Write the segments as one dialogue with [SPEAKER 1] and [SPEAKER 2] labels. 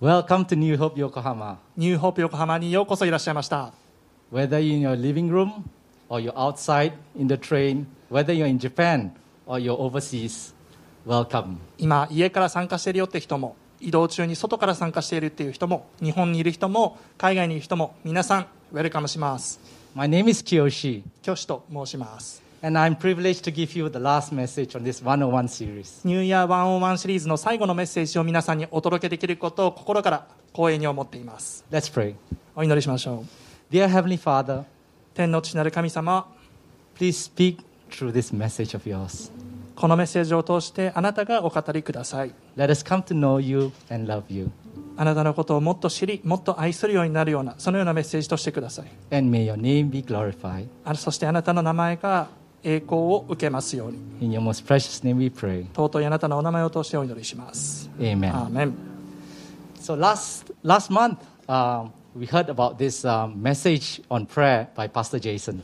[SPEAKER 1] Welcome to New Hope Yokohama.
[SPEAKER 2] ニューホープ横浜にようこそいらっしゃいました
[SPEAKER 1] Whether you're in your living room or you're outside in the train, whether you're in Japan or you're overseas, welcome.
[SPEAKER 2] 今家から参加しているよって人も移動中に外から参加しているっていう人も日本にいる人も海外にいる人も皆さんウェルカムします
[SPEAKER 1] My name is Kiyoshi,
[SPEAKER 2] 教師と申します
[SPEAKER 1] and I'm privileged to give you the last message on this 101 series.
[SPEAKER 2] ニューイヤー101シリーズの最後のメッセージを皆さんにお届けできることを心から光栄に思っています
[SPEAKER 1] Let's pray.
[SPEAKER 2] お祈りしましょう
[SPEAKER 1] Dear Heavenly Father,
[SPEAKER 2] 天の父なる神様
[SPEAKER 1] please speak through this message of yours.
[SPEAKER 2] このメッセージを通してあなたがお語りください
[SPEAKER 1] Let us come to know you and love you.
[SPEAKER 2] あなたのことをもっと知りもっと愛するようになるようなそのようなメッセージとしてください
[SPEAKER 1] And may your name be glorified.
[SPEAKER 2] あそしてあなたの名前が栄光を受けますように
[SPEAKER 1] In your most precious name we pray.
[SPEAKER 2] 尊いあなたのお名前を通してお祈りします。
[SPEAKER 1] Amen.
[SPEAKER 2] アーメン
[SPEAKER 1] So last last month, um, we heard about this um, message on prayer by Pastor Jason,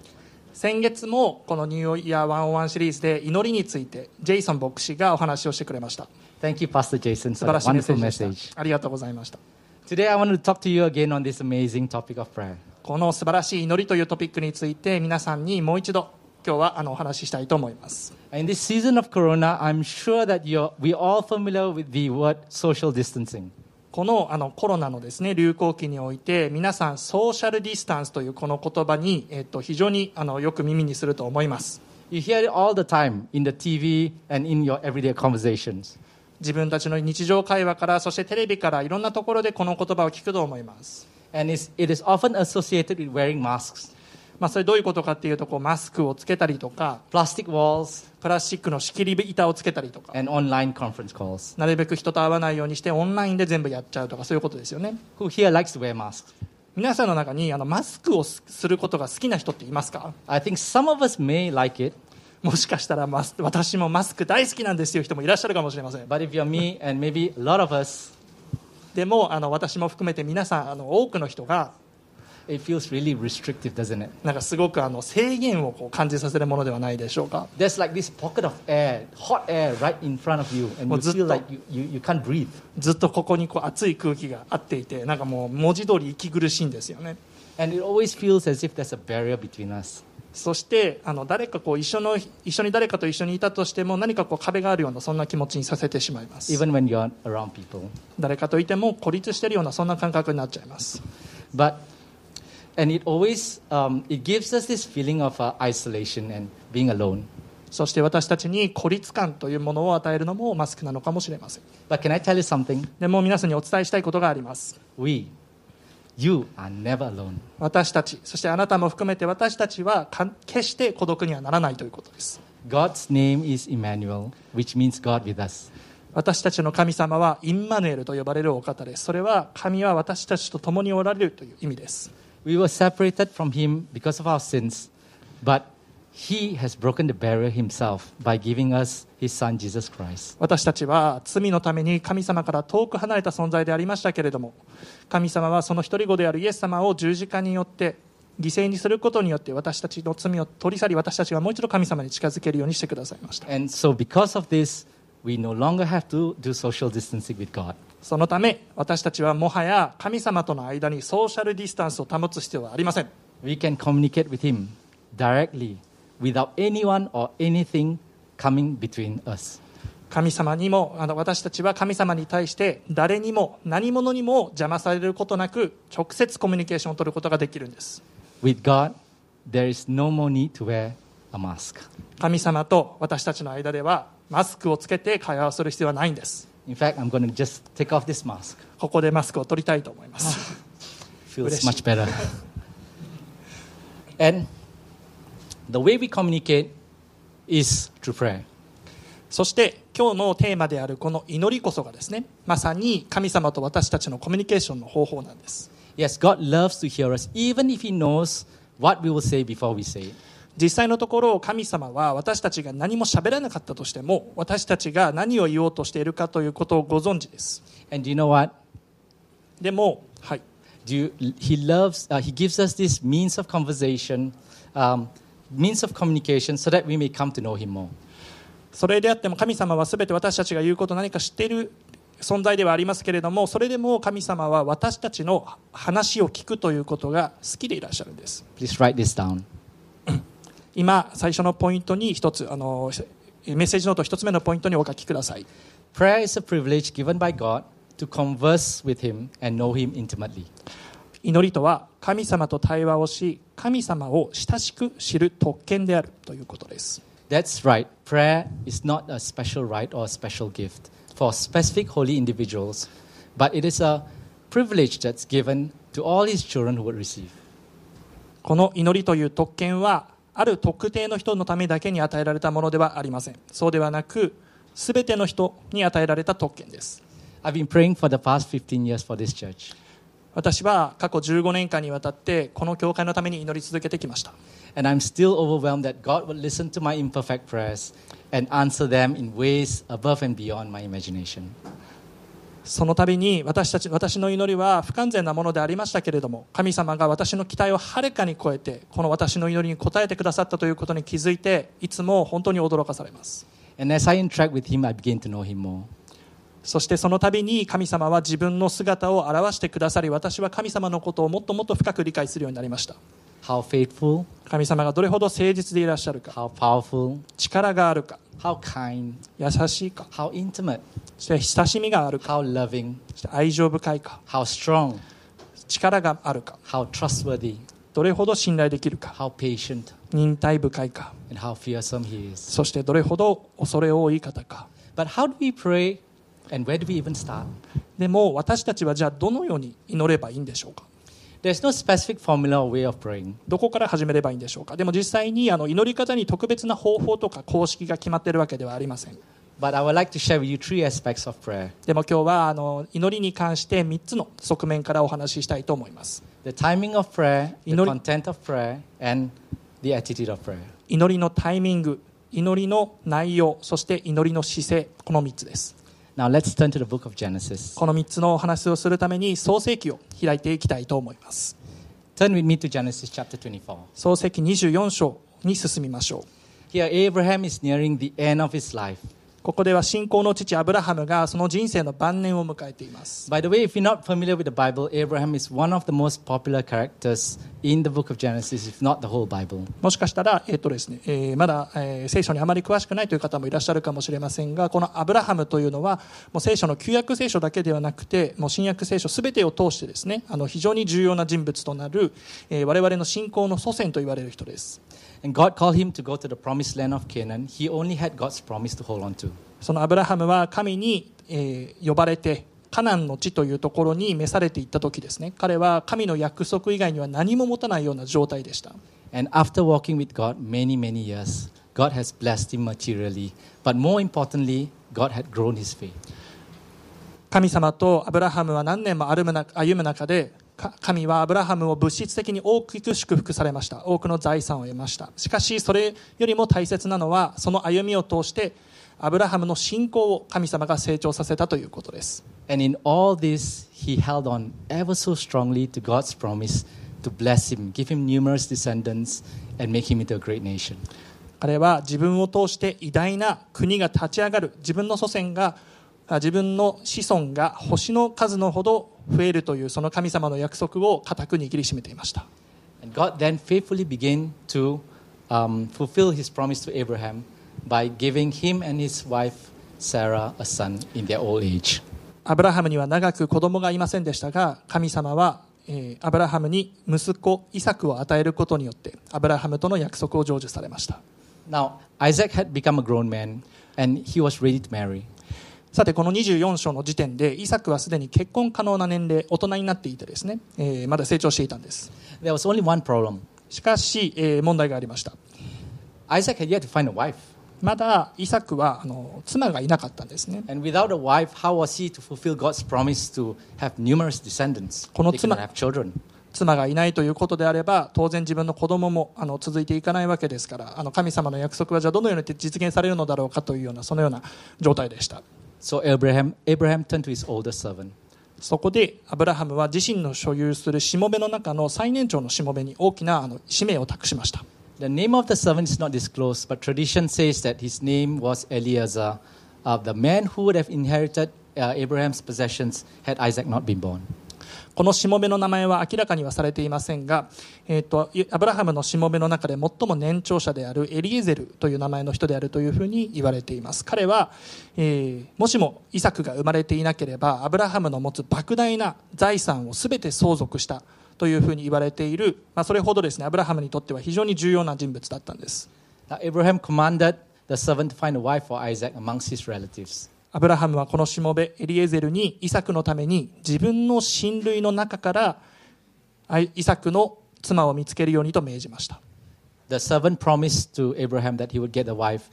[SPEAKER 2] 先月もこのニューイヤー101シリーズで祈りについてジェイソン牧師がお話をしてくれました。
[SPEAKER 1] Thank you, Pastor Jason,
[SPEAKER 2] 素
[SPEAKER 1] for
[SPEAKER 2] 晴ら
[SPEAKER 1] that
[SPEAKER 2] しいメッセ
[SPEAKER 1] wonderful
[SPEAKER 2] ージでし
[SPEAKER 1] message.
[SPEAKER 2] た。ありがとうございました。
[SPEAKER 1] Today, I want to talk to you again on this amazing topic of prayer.
[SPEAKER 2] この素晴らしい祈りというトピックについて皆さんにもう一度今日はあのお話ししたいと思います。
[SPEAKER 1] In this season of Corona, I'm sure that you're we're all familiar with the word social distancing.
[SPEAKER 2] このあのコロナのですね流行期において皆さんソーシャルディスタンスというこの言葉に、えっと、非常にあのよく耳にすると思います。
[SPEAKER 1] You hear it all the time in the TV and in your everyday conversations.
[SPEAKER 2] 自分たちの日常会話からそしてテレビからいろんなところでこの言葉を聞くと思います、
[SPEAKER 1] And it's, it is often associated with wearing masks,
[SPEAKER 2] まあ、それどういうことかっていうとこうマスクをつけたりとか
[SPEAKER 1] plastic walls,
[SPEAKER 2] プラスチックの仕切り板をつけたりとか
[SPEAKER 1] and online conference calls.
[SPEAKER 2] なるべく人と会わないようにしてオンラインで全部やっちゃうとかそういうことですよね
[SPEAKER 1] Who here likes to wear masks?
[SPEAKER 2] 皆さんの中にあのマスクをすすることが好きな人っていますか
[SPEAKER 1] I think some of us may like it,
[SPEAKER 2] もしかしたらマス私もマスク大好きなんですよ人もいらっしゃるかもしれません
[SPEAKER 1] but if you're me and maybe a lot of us,
[SPEAKER 2] でもあの私も含めて皆さんあの多くの人が
[SPEAKER 1] it feels really restrictive, doesn't it?
[SPEAKER 2] なんかすごくあの制限をこう感じさせるものではないでしょうか
[SPEAKER 1] There's like this pocket of air, hot air right in front of you, and you
[SPEAKER 2] Well,
[SPEAKER 1] feel
[SPEAKER 2] just-
[SPEAKER 1] like you, you, you can't breathe.
[SPEAKER 2] ずっとここにこう熱い空気があっていてなんかもう文字通り息苦しいんですよね
[SPEAKER 1] And it always feels as if there's a barrier between us.
[SPEAKER 2] そしてあの誰かこう一緒の一緒に誰かと一緒にいたとしても何かこう壁があるようなそんな気持ちにさせてしまいます
[SPEAKER 1] even when you're around people.
[SPEAKER 2] 誰かといても孤立してるようなそんな感覚になっちゃいます
[SPEAKER 1] But and it always um, it gives us this feeling of uh, isolation and being alone.
[SPEAKER 2] そして私たちに孤立感というものを与えるのもマスクなのかもしれません
[SPEAKER 1] But can I tell you something?
[SPEAKER 2] でも皆さんにお伝えしたいことがあります
[SPEAKER 1] We, you are never alone.
[SPEAKER 2] 私たちそしてあなたも含めて私たちはかん決して孤独にはならないということです
[SPEAKER 1] God's name is Emmanuel, which means God with us.
[SPEAKER 2] 私たちの神様はインマヌエルと呼ばれるお方ですそれは神は私たちと共におられるという意味です
[SPEAKER 1] We were separated from Him because of our sins, but He has broken the barrier Himself by giving us His Son Jesus Christ.
[SPEAKER 2] 私たちは罪のために神様から遠く離れた存在でありましたけれども神様はその一人子であるイエス様を十字架によって犠牲にすることによって私たちの罪を取り去り私たちがもう一度神様に近づけるようにしてくださいました
[SPEAKER 1] And so, because of this, we no longer have to do social distancing with God.
[SPEAKER 2] そのため私たちはもはや神様との間にソーシャルディスタンスを保つ必要はありません
[SPEAKER 1] We can communicate with Him directly without anyone or anything coming between us.
[SPEAKER 2] 神様にもあの私たちは神様に対して誰にも何者にも邪魔されることなく直接コミュニケーションを取ることができるんです
[SPEAKER 1] With God, there is no more need to wear a mask.
[SPEAKER 2] 神様と私たちの間ではマスクをつけて会話をする必要はないんです
[SPEAKER 1] In fact, I'm going to just take off this mask.
[SPEAKER 2] ここでマスクを取りたいと思います
[SPEAKER 1] feels
[SPEAKER 2] Bless
[SPEAKER 1] much better. and the way we communicate is through prayer.
[SPEAKER 2] そして今日のテーマであるこの祈りこそがですねまさに神様と私たちのコミュニケーションの方法なんです
[SPEAKER 1] Yes, God loves to hear us, even if He knows what we will say before we say it.
[SPEAKER 2] 実際のところ神様は私たちが何も喋らなかったとしても私たちが何を言おうとしているかということをご存知です
[SPEAKER 1] And do you know what?
[SPEAKER 2] でもはい
[SPEAKER 1] Do you, He loves. Uh, he gives us this means of conversation, um, means of communication, so that we may come to know Him more.
[SPEAKER 2] それであっても神様は全て私たちが言うことを何か知っている存在ではありますけれどもそれでも神様は私たちの話を聞くということが好きでいらっしゃるんです
[SPEAKER 1] Please write this down.
[SPEAKER 2] 今最初のポイントに一つあのメッセージノート一つ目のポイントにお書きください
[SPEAKER 1] Prayer is a privilege given by God to converse with Him and know Him intimately.
[SPEAKER 2] 祈りとは神様と対話をし神様を親しく知る特権であるということです
[SPEAKER 1] That's right, prayer is not a special right or a special gift for specific holy individuals, but it is a privilege that's given to all His children who would receive.
[SPEAKER 2] この祈りという特権はある特定の人のためだけに与えられたものではありませんそうではなく全ての人に与えられた特権です
[SPEAKER 1] I've been praying for the past 15 years for this church,
[SPEAKER 2] 私は過去15年間にわたってこの教会のために祈り続けてきました
[SPEAKER 1] and I'm still overwhelmed that God would listen to my imperfect prayers and answer them in ways above and beyond my imagination.
[SPEAKER 2] その度に私たち私の祈りは不完全なものでありましたけれども神様が私の期待をはるかに超えてこの私の祈りに応えてくださったということに気づいていつも本当に驚かされます
[SPEAKER 1] And as I interact with Him, I begin to know Him more.
[SPEAKER 2] そしてその度に神様は自分の姿を表してくださり私は神様のことをもっともっと深く理解するようになりました
[SPEAKER 1] How faithful,
[SPEAKER 2] 神様がどれほど誠実でいらっしゃるか
[SPEAKER 1] how powerful,
[SPEAKER 2] 力があるか
[SPEAKER 1] how kind,
[SPEAKER 2] 優しいか
[SPEAKER 1] how intimate,
[SPEAKER 2] そして親しみがあるか
[SPEAKER 1] how loving,
[SPEAKER 2] そして愛情深いか
[SPEAKER 1] how strong,
[SPEAKER 2] 力があるか
[SPEAKER 1] how trustworthy,
[SPEAKER 2] どれほど信頼できるか
[SPEAKER 1] how patient,
[SPEAKER 2] 忍耐深いか
[SPEAKER 1] and how fearsome He is.
[SPEAKER 2] そしてどれほど恐れ多い方か
[SPEAKER 1] But how do we pray and where do we even start?
[SPEAKER 2] でも私たちはじゃあどのように祈ればいいんでしょうか
[SPEAKER 1] There's no specific formula or way of praying.
[SPEAKER 2] どこから始めればいいんでしょうかでも実際にあの祈り方に特別な方法とか公式が決まっているわけではありません
[SPEAKER 1] But I would like to share with you three aspects of prayer
[SPEAKER 2] でも今日はあの祈りに関して3つの側面からお話ししたいと思います
[SPEAKER 1] the timing of prayer, the
[SPEAKER 2] Inori-
[SPEAKER 1] content of prayer, and the attitude of prayer.
[SPEAKER 2] 祈りのタイミング祈りの内容そして祈りの姿勢この3つです
[SPEAKER 1] Now let's turn to the book of Genesis.
[SPEAKER 2] この3つのお話をするために創世記を開いていきたいと思います
[SPEAKER 1] Turn with me to Genesis chapter 24.
[SPEAKER 2] 創世記24章に進みましょう
[SPEAKER 1] Here, Abraham is nearing the end of his life.
[SPEAKER 2] ここでは信仰の父アブラハムがその人生の晩年を迎えています
[SPEAKER 1] By the way, if you're not familiar with the Bible, Abraham is one of the most popular characters in the book of Genesis, if not the whole Bible.
[SPEAKER 2] もしかしたら、えーとですねえーまだ、えー聖書にあまり詳しくないという方もいらっしゃるかもしれませんがこのアブラハムというのはもう聖書の旧約聖書だけではなくてもう新約聖書すべてを通してですねあの非常に重要な人物となる、えー我々の信仰の祖先と言われる人です。
[SPEAKER 1] And God called him to go to the promised land of Canaan. He only had God's promise to hold on to.
[SPEAKER 2] そのアブラハムは神に、えー呼ばれてカナンの地というところに召されていった時ですね彼は神の約束以外には何も持たないような状態でした
[SPEAKER 1] And after walking with God many, many years, God has blessed him materially. But more importantly, God had grown his faith.
[SPEAKER 2] 神様とアブラハムは何年も歩むな歩む中でか神はアブラハムを物質的に大きく祝福されました多くの財産を得ましたしかしそれよりも大切なのはその歩みを通してアブラハムの信仰を神様が成長させたということです
[SPEAKER 1] And in all this, he held on ever so strongly to God's promise to bless him, give him numerous descendants, and make him into a great nation.
[SPEAKER 2] 彼は自分を通して偉大な国が立ち上がる自分の祖先があ自分の子孫が星の数のほど増えるというその神様の約束を固く握りしめていました
[SPEAKER 1] And God then faithfully began to um, fulfill his promise to Abraham by giving him and his wife Sarah a son in their old age.
[SPEAKER 2] アブラハムには長く子供がいませんでしたが神様は、えーアブラハムに息子イサクを与えることによってアブラハムとの約束を成就されました
[SPEAKER 1] Now, Isaac had become a grown man and he was ready to marry.
[SPEAKER 2] さてこの24章の時点でイサクはすでに結婚可能な年齢大人になっていてですね、えーまだ成長していたんです
[SPEAKER 1] There was only one problem
[SPEAKER 2] しかし、えー問題がありました
[SPEAKER 1] Isaac had yet to find a wife.
[SPEAKER 2] まだイサクはあの妻がいなかったんですね
[SPEAKER 1] And without a wife, how was he to fulfill God's promise to have numerous descendants?
[SPEAKER 2] Kono
[SPEAKER 1] They could
[SPEAKER 2] tsuma-
[SPEAKER 1] not have children.
[SPEAKER 2] 妻がいないということであれば当然自分の子供もあの続いていかないわけですからあの神様の約束はじゃあどのように実現されるのだろうかというようなそのような状態でした
[SPEAKER 1] So Abraham, Abraham turned to his older servant.
[SPEAKER 2] そこでアブラハムは自身の所有するしもべの中の最年長のしもべに大きなあの使命を託しました
[SPEAKER 1] The name of the servant is not disclosed, but tradition says that his name was Eleazar, uh, the man who would have inherited uh, Abraham's possessions had Isaac not been born.
[SPEAKER 2] このしもべの名前は明らかにはされていませんが、えー、とアブラハムのしもべの中で最も年長者であるエリエゼルという名前の人であるというふうに言われています彼は、えーもしもイサクが生まれていなければアブラハムの持つ莫大な財産を全て相続したというふうに言われている、まあ、それほどですねアブラハムにとっては非常に重要な人物だったんです
[SPEAKER 1] Now, Abraham commanded the servant to find a wife for Isaac amongst his relatives.
[SPEAKER 2] アブラハムはこのしもべエリエゼルにイサクのために自分の親類の中からあいイサクの妻を見つけるようにと命じました
[SPEAKER 1] The servant promised to Abraham that he would get a wife,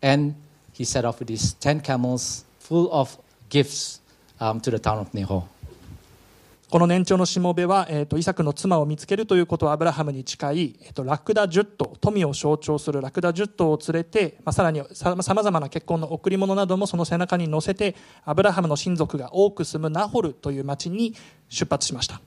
[SPEAKER 1] and he set off with his 10 camels full of gifts um, to the town of Nahor.
[SPEAKER 2] この年長のしもべは、えー、とイサクの妻を見つけるということをアブラハムに近い、えー、とラクダ10頭富を象徴するラクダ10頭を連れて、まあ、さらにさまざまな結婚の贈り物などもその背中に乗せてアブラハムの親族が多く住むナホルという町に出発しました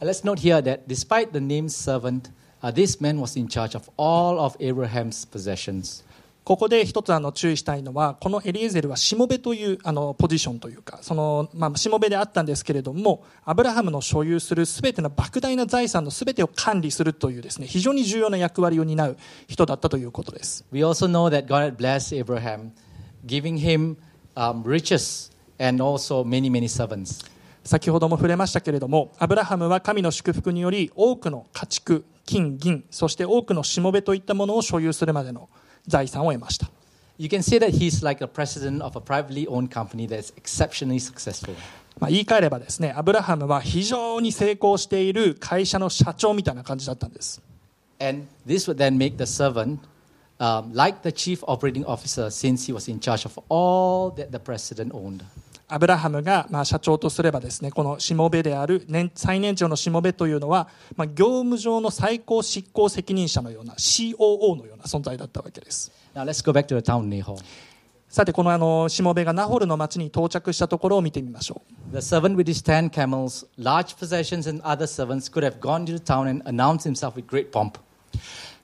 [SPEAKER 1] And Uh, let's note here that despite the name servant, uh, this man was in charge of all of Abraham's possessions.
[SPEAKER 2] ここで一つあの注意したいのはこのエリエゼルはしもべというあのポジションというかその、まあ、しもべであったんですけれどもアブラハムの所有するすべての莫大な財産のすべてを管理するというですね非常に重要な役割を担う人だったということです
[SPEAKER 1] We also know that God had blessed Abraham, giving him um, riches and also many, many servants.
[SPEAKER 2] 先ほども触れましたけれどもアブラハムは神の祝福により多くの家畜金銀そして多くのしもべといったものを所有するまでの財産を得ました
[SPEAKER 1] You can say that he's like a president of a privately owned company that's exceptionally successful.
[SPEAKER 2] まあ言い換えればですねアブラハムは非常に成功している会社の社長みたいな感じだったんです
[SPEAKER 1] And this would then make the servant um, like the chief operating officer since he was in charge of all that the president owned.
[SPEAKER 2] アブラハムがまあ社長とすればですねこのしもべである年最年長のしもべというのは、まあ、業務上の最高執行責任者のような COO のような存在だったわけです
[SPEAKER 1] Now let's go back to the town Nahor.
[SPEAKER 2] さてこのあのしもべがナホルの町に到着したところを見てみましょう
[SPEAKER 1] The servant with his ten camels, large possessions, and other servants could have gone to the town and announced himself with great pomp.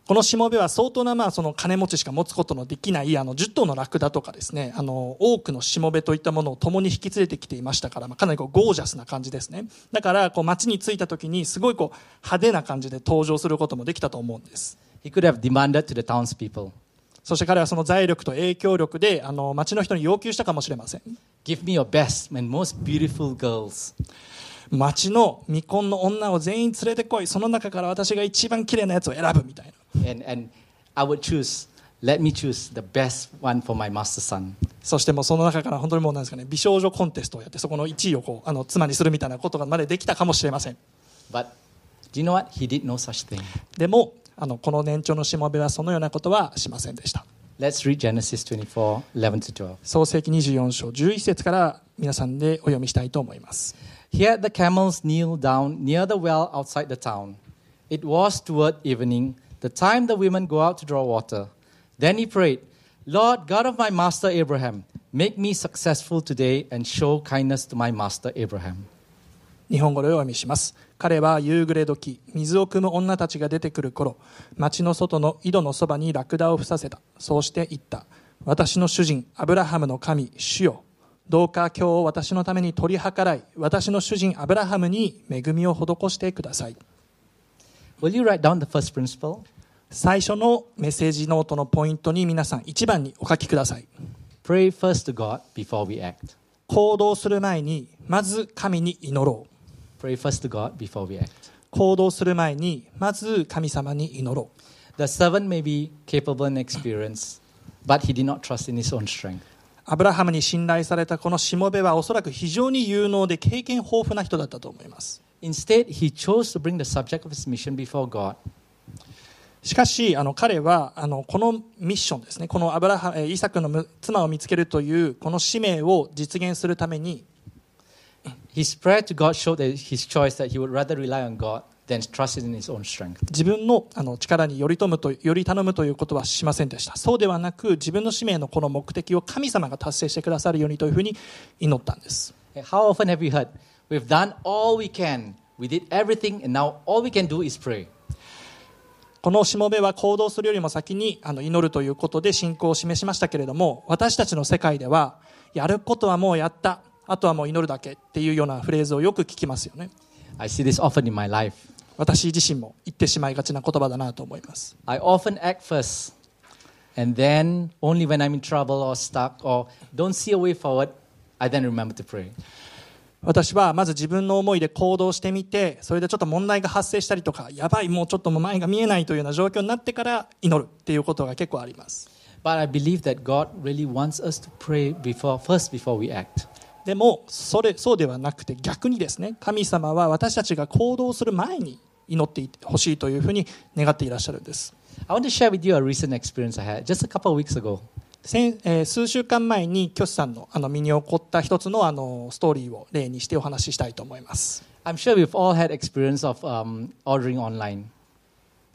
[SPEAKER 2] このしもべは相当なまあその金持ちしか持つことのできないあの10頭のラクダとかですねあの多くのしもべといったものを共に引き連れてきていましたから、まあ、かなりこうゴージャスな感じですねだからこう街に着いた時にすごいこう派手な感じで登場することもできたと思うんです
[SPEAKER 1] He could have demanded to the townspeople,
[SPEAKER 2] そして彼はその財力と影響力であの町の人に要求したかもしれません
[SPEAKER 1] Give me your best and most beautiful girls.
[SPEAKER 2] 町の未婚の女を全員連れてこいその中から私が一番綺麗なやつを選ぶみたいな
[SPEAKER 1] And, and I would choose, let me choose the best one for my master son.
[SPEAKER 2] そしてもうその中から本当にもうなんですかね美少女コンテストをやってそこの1位をこうあの妻にするみたいなことがまでできたかもしれません
[SPEAKER 1] But do you know what? He did no such thing.
[SPEAKER 2] でもあのこの年長のしもべはそのようなことはしませんでした
[SPEAKER 1] Let's read Genesis 24 11 to 12.
[SPEAKER 2] 創世紀24章11節から皆さんでお読みしたいと思います
[SPEAKER 1] Here the camels kneel down near the well outside the town. It was toward evening, the time the women go out to draw water. Then he prayed, Lord God of my master Abraham, make me successful today and show kindness to my master Abraham.
[SPEAKER 2] 日本語でお読みします彼は夕暮れ時水を汲む女たちが出てくる頃町の外の井戸のそばにラクダを伏させたそうして言った私の主人アブラハムの神主よどうか今日を私のために取り計らい私の主人アブラハムに恵みを施してください
[SPEAKER 1] Will you write down the first principle?
[SPEAKER 2] 最初のメッセージノートのポイントに皆さん1番にお書きください
[SPEAKER 1] Pray first to God before we act.
[SPEAKER 2] 行動する前にまず神に祈ろう
[SPEAKER 1] Pray first to God before we act.
[SPEAKER 2] 行動する前にまず神様に祈ろう
[SPEAKER 1] The servant may be capable and experienced, but he did not trust in his own strength.
[SPEAKER 2] アブラハムに信頼されたこのしもべはおそらく非常に有能で経験豊富な人だったと思います
[SPEAKER 1] Instead, he chose to bring the subject of his mission before God
[SPEAKER 2] しかしあの彼はあのこのミッションですねこのアブラハえーイサクのむ妻を見つけるというこの使命を実現するために
[SPEAKER 1] His prayer to God showed that his choice that he would rather rely on God than trust in his own strength.
[SPEAKER 2] 自分のあの力によりとむとより頼むということはしませんでしたそうではなく自分の使命のこの目的を神様が達成してくださるようにというふうに祈ったんです
[SPEAKER 1] How often have you heard, we've done all we can, we did everything, and now all we can do is pray?
[SPEAKER 2] このしもべは行動するよりも先にあの祈るということで信仰を示しましたけれども私たちの世界ではやることはもうやったあとはもう祈るだけっていうようなフレーズをよく聞きますよね
[SPEAKER 1] I see this often in my life.
[SPEAKER 2] 私自身も言ってしまいがちな言葉だなと思います
[SPEAKER 1] I often act first, and then only when I'm in trouble or stuck or don't see a way forward, I then remember to pray.
[SPEAKER 2] 私はまず自分の思いで行動してみてそれでちょっと問題が発生したりとかやばいもうちょっともう前が見えないというような状況になってから祈るっていうことが結構あります
[SPEAKER 1] But I believe that God really wants us to pray before, first before we act.
[SPEAKER 2] でもそれそうではなくて逆にですね神様は私たちが行動する前に祈ってほしいというふうに願っていらっしゃるんです
[SPEAKER 1] I want to share with you a recent experience I had just a couple of weeks ago.
[SPEAKER 2] 先、えー数週間前にキョシさんのあの身に起こった一つのあのストーリーを例にしてお話ししたいと思います
[SPEAKER 1] I'm sure we've all had experience of um, ordering online.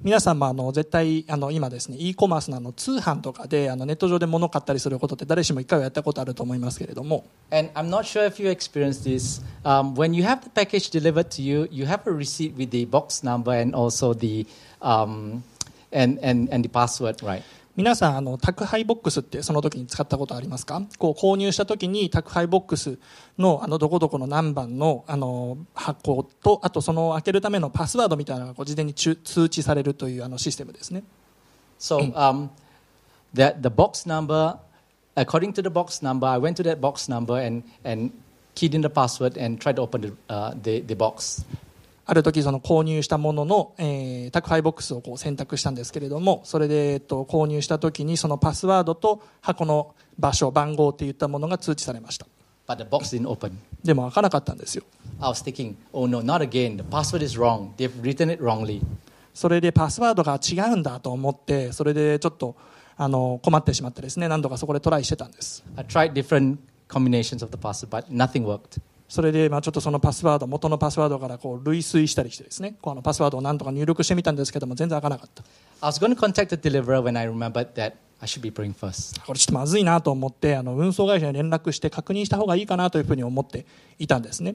[SPEAKER 2] 皆さんもあの絶対あの今ですね e コマースのあの通販とかであのネット上で物を買ったりすることって誰しも一回はやったことあると思いますけれども
[SPEAKER 1] And I'm not sure if you experienced this. Um, when you have the package delivered to you, you have a receipt with the box number and also the um, and, and, and the password, right?
[SPEAKER 2] 皆さんあの宅配ボックスってその時に使ったことありますかこう購入した時に宅配ボックスのあのどこどこの何番のあの箱とあとその開けるためのパスワードみたいなのがこう事前に通通知されるというあのシステムですね
[SPEAKER 1] So um, that the box number, according to the box number, I went to that box number and, and keyed in the password and tried to open the, uh, the, the box.
[SPEAKER 2] ある時その購入したものの、えー宅配ボックスをこう選択したんですけれどもそれで、えっと、購入した時にそのパスワードと箱の場所番号っていったものが通知されました
[SPEAKER 1] But the box didn't open.
[SPEAKER 2] でも開かなかったんですよ
[SPEAKER 1] I was thinking, oh no, not again. The password is wrong. They've written it wrongly.
[SPEAKER 2] それでパスワードが違うんだと思ってそれでちょっとあの困ってしまってですね何度かそこでトライしてたんです
[SPEAKER 1] I tried different combinations of the password, but nothing worked.
[SPEAKER 2] それでまあちょっとそのパスワード元のパスワードからこう類推したりしてですねこうあのパスワードを何とか入力してみたんですけども全然開かなかった
[SPEAKER 1] I was going to contact the deliverer when I remembered that I should be praying first.
[SPEAKER 2] これちょっとまずいなと思ってあの運送会社に連絡して確認した方がいいかなというふうに思っていたんですね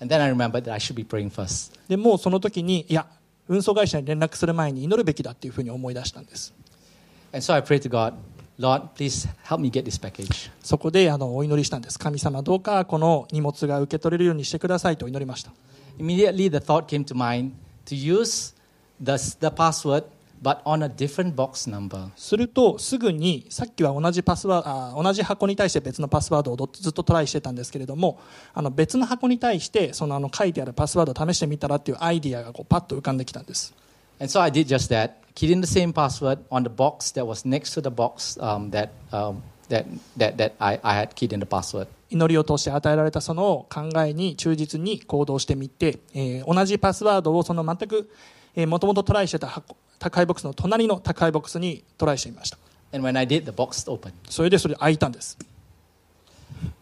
[SPEAKER 1] And then I remembered that I should be praying first.
[SPEAKER 2] でもうその時にいや運送会社に連絡する前に祈るべきだっていうふうに思い出したんです
[SPEAKER 1] And so I prayed to God, Lord, please help me get this package.
[SPEAKER 2] そこであのお祈りしたんです神様どうかこの荷物が受け取れるようにしてくださいと祈りました
[SPEAKER 1] Immediately, the thought came to mind to use the, the password but on a different box number.
[SPEAKER 2] するとすぐにさっきは同じパスワあー同じ箱に対して別のパスワードをどっずっとトライしてたんですけれどもあの別の箱に対してそのあの書いてあるパスワードを試してみたらっていうアイディアがこうパッと浮かんできたんです
[SPEAKER 1] And so I did just that, keyed in the same password on the box that was next to the box um, that, um, that, that, that I, I had keyed in the password.
[SPEAKER 2] 祈りを通して与えられたその考えに忠実に行動してみて、えー同じパスワードをその全くもともとトライしてた箱宅配ボックスの隣の宅配ボックスにトライしてみました
[SPEAKER 1] And when I did, the box opened.
[SPEAKER 2] それでそれで開いたんです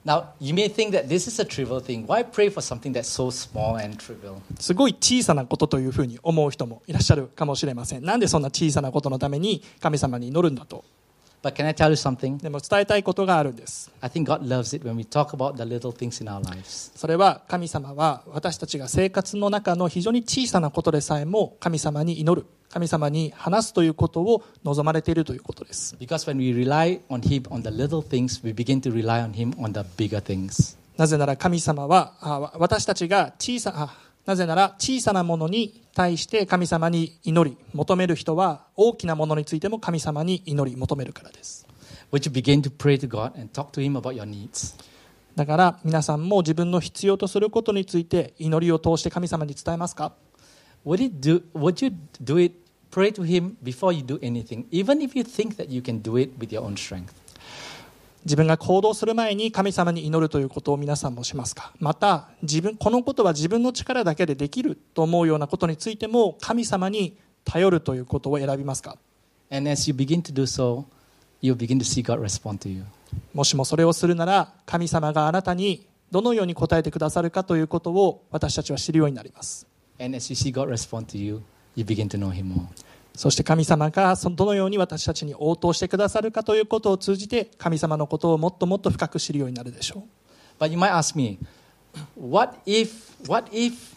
[SPEAKER 1] Now, you may think that this is a trivial thing. Why pray for something that's so small and trivial?
[SPEAKER 2] すごい小さなことというふうに思う人もいらっしゃるかもしれませんなんでそんな小さなことのために神様に祈るんだと
[SPEAKER 1] But can I tell you something?
[SPEAKER 2] でも伝えたいことがあるんです
[SPEAKER 1] I think God loves it when we talk about the little things in our lives.
[SPEAKER 2] それは神様は私たちが生活の中の非常に小さなことでさえも神様に祈る神様に話すということを望まれているということです
[SPEAKER 1] Because when we rely on Him on the little things, we begin to rely on Him on the bigger things.
[SPEAKER 2] なぜなら神様はあわ私たちが小さあなぜなら小さなものに対して神様に祈り求める人は大きなものについても神様に祈り求めるからです
[SPEAKER 1] Would you begin to pray to God and talk to Him about your needs?
[SPEAKER 2] だから皆さんも自分の必要とすることについて祈りを通して神様に伝えますか
[SPEAKER 1] Would, it do, would you do it, pray to Him before you do anything, even if you think that you can do it with your own strength?
[SPEAKER 2] 自分が行動する前に神様に祈るということを皆さんもしますかまた自分このことは自分の力だけでできると思うようなことについても神様に頼るということを選びますか
[SPEAKER 1] And as you begin to do so, you'll begin to see God respond to you.
[SPEAKER 2] もしもそれをするなら神様があなたにどのように答えてくださるかということを私たちは知るようになります
[SPEAKER 1] And as you see God respond to you, you begin to know Him more.
[SPEAKER 2] そして神様がそのどのように私たちに応答してくださるかということを通じて神様のことをもっともっと深く知るようになるでしょう
[SPEAKER 1] But you might ask me, what if, what if,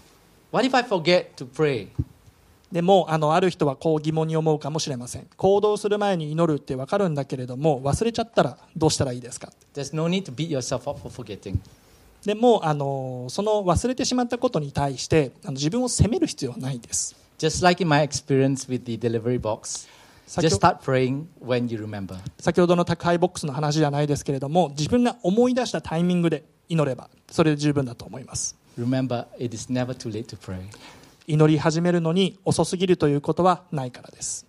[SPEAKER 1] what if I forget to pray?
[SPEAKER 2] でもあのある人はこう疑問に思うかもしれません行動する前に祈るって分かるんだけれども忘れちゃったらどうしたらいいですか
[SPEAKER 1] There's no need to beat yourself up for forgetting.
[SPEAKER 2] でもうあのその忘れてしまったことに対してあの自分を責める必要はないです
[SPEAKER 1] Just like in my experience with the delivery box,
[SPEAKER 2] 先
[SPEAKER 1] just start
[SPEAKER 2] ほ
[SPEAKER 1] praying when you remember.
[SPEAKER 2] 先ほどの宅配ボックスの話じゃないですけれども自分が思い出したタイミングで祈ればそれで十分だと思います
[SPEAKER 1] Remember, it is never too late to pray.
[SPEAKER 2] 祈り始めるのに遅すぎるということはないからです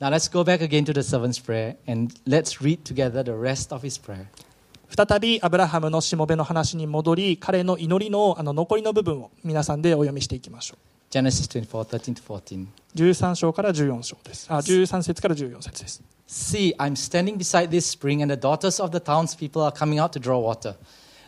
[SPEAKER 1] Now let's go back again to the servant's prayer and let's read together the rest of his prayer.
[SPEAKER 2] 再びアブラハムのしもべの話に戻り彼の祈りのあの残りの部分を皆さんでお読みしていきましょ
[SPEAKER 1] Genesis 24, 13 to 14.
[SPEAKER 2] う13章から14章ですあ13節から14節です
[SPEAKER 1] See, I'm standing beside this spring, and the daughters of the townspeople are coming out to draw water.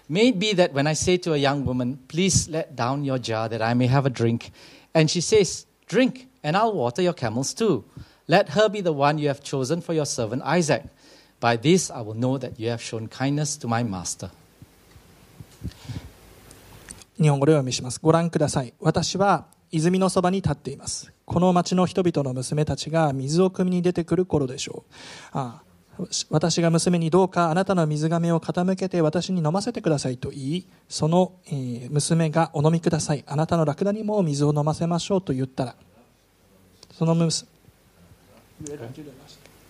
[SPEAKER 1] May it be that when I say to a young woman, Please let down your jar that I may have a drink, and she says, Drink, and I'll water your camels too. Let her be the one you have chosen for your servant Isaac. By this I will know that you have shown kindness to my master.
[SPEAKER 2] 日本語でお読みしますご覧ください私は泉のそばに立っていますこの町の人々の娘たちが水を汲みに出てくる頃でしょうああ私が娘にどうかあなたの水がめを傾けて私に飲ませてくださいと言いその、えー娘がお飲みくださいあなたのラクダにも水を飲ませましょうと言ったらその娘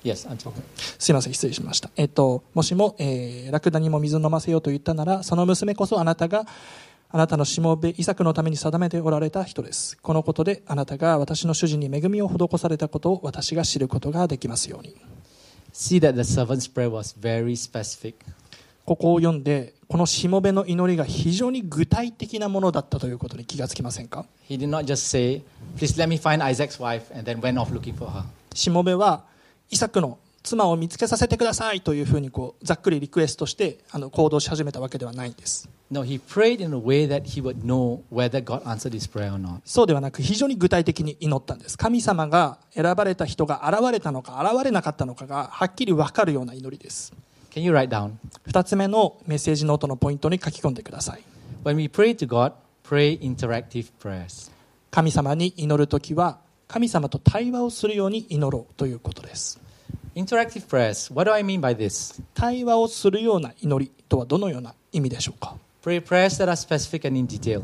[SPEAKER 1] Yes, Antonio.
[SPEAKER 2] すいません失礼しました、えっと、もしも、えーラクダにも水を飲ませようと言ったならその娘こそあなたがあなたのしもべイサクのために定めておられた人ですこのことであなたが私の主人に恵みを施されたことを私が知ることができますように
[SPEAKER 1] See that the servant's prayer was very specific.
[SPEAKER 2] ここを読んでこのしもべの祈りが非常に具体的なものだったということに気がつきませんか
[SPEAKER 1] He did not just say, Please let me find Isaac's wife, and then went off looking for her.
[SPEAKER 2] しもべはイサクの妻を見つけさせてくださいというふうにこうざっくりリクエストしてあの行動し始めたわけではないんです
[SPEAKER 1] No, he prayed in a way that he would know whether God answered his prayer or not.
[SPEAKER 2] そうではなく非常に具体的に祈ったんです神様が選ばれた人が現れたのか現れなかったのかがはっきり分かるような祈りです
[SPEAKER 1] Can you write down?
[SPEAKER 2] 2つ目のメッセージノートのポイントに書き込んでください
[SPEAKER 1] When we pray to God, pray interactive prayers.
[SPEAKER 2] 神様に祈るときは神様と対話をするように祈ろうということです
[SPEAKER 1] Interactive prayers. What do I mean by this?
[SPEAKER 2] 対話をするような祈りとはどのような意味でしょうか
[SPEAKER 1] Pray prayers that are specific and in detail.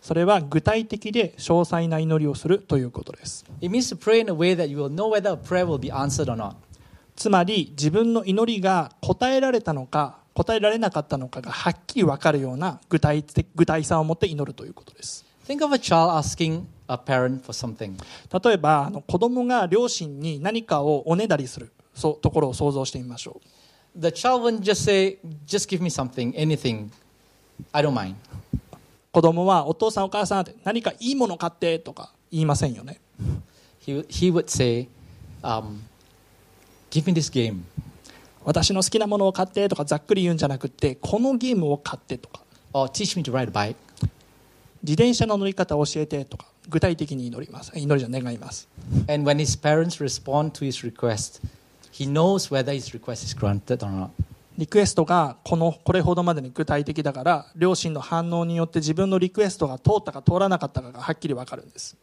[SPEAKER 2] それは具体的で詳細な祈りをするということです
[SPEAKER 1] It means to pray in a way that you will know whether a prayer will be answered or not.
[SPEAKER 2] つまり自分の祈りが答えられたのか答えられなかったのかがはっきり分かるような具体的具体さを持って祈るということです
[SPEAKER 1] Think of a child asking a parent for something.
[SPEAKER 2] 例えばあの子供が両親に何かをおねだりするそうところを想像してみましょ
[SPEAKER 1] The child wouldn't just say, Just give me something, anything. I don't mind.
[SPEAKER 2] う子供は「お父さんお母さん」って何かいいもの買ってとか言いませんよね
[SPEAKER 1] He, he would say, um, Give me this game.
[SPEAKER 2] 私の好きなものを買ってとかざっくり言うんじゃなくってこのゲームを買ってとか
[SPEAKER 1] Or teach me to ride a bike.
[SPEAKER 2] 自転車の乗り方を教えてとか具体的に祈ります祈りじゃ願います
[SPEAKER 1] And when his parents respond to his request, he knows whether his request is granted or not.
[SPEAKER 2] リクエストがこのこれほどまでに具体的だから両親の反応によって自分のリクエストが通ったか通らなかったかがはっきり分かるんです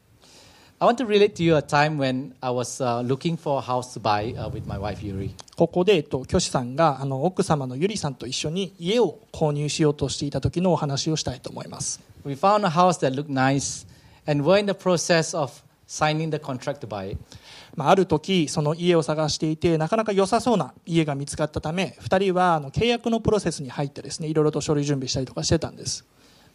[SPEAKER 1] I want to relate to you a time when I was uh, looking for a house to buy uh, with my wife Yuri.
[SPEAKER 2] ここで、えっと、教師さんがあの奥様のゆりさんと一緒に家を購入しようとしていた時のお話をしたいと思います
[SPEAKER 1] We found a house that looked nice and were in the process of signing the contract to buy it.
[SPEAKER 2] まあ、ある時その家を探していてなかなか良さそうな家が見つかったため2人はあの契約のプロセスに入ってですねいろいろと書類準備したりとかしてたんです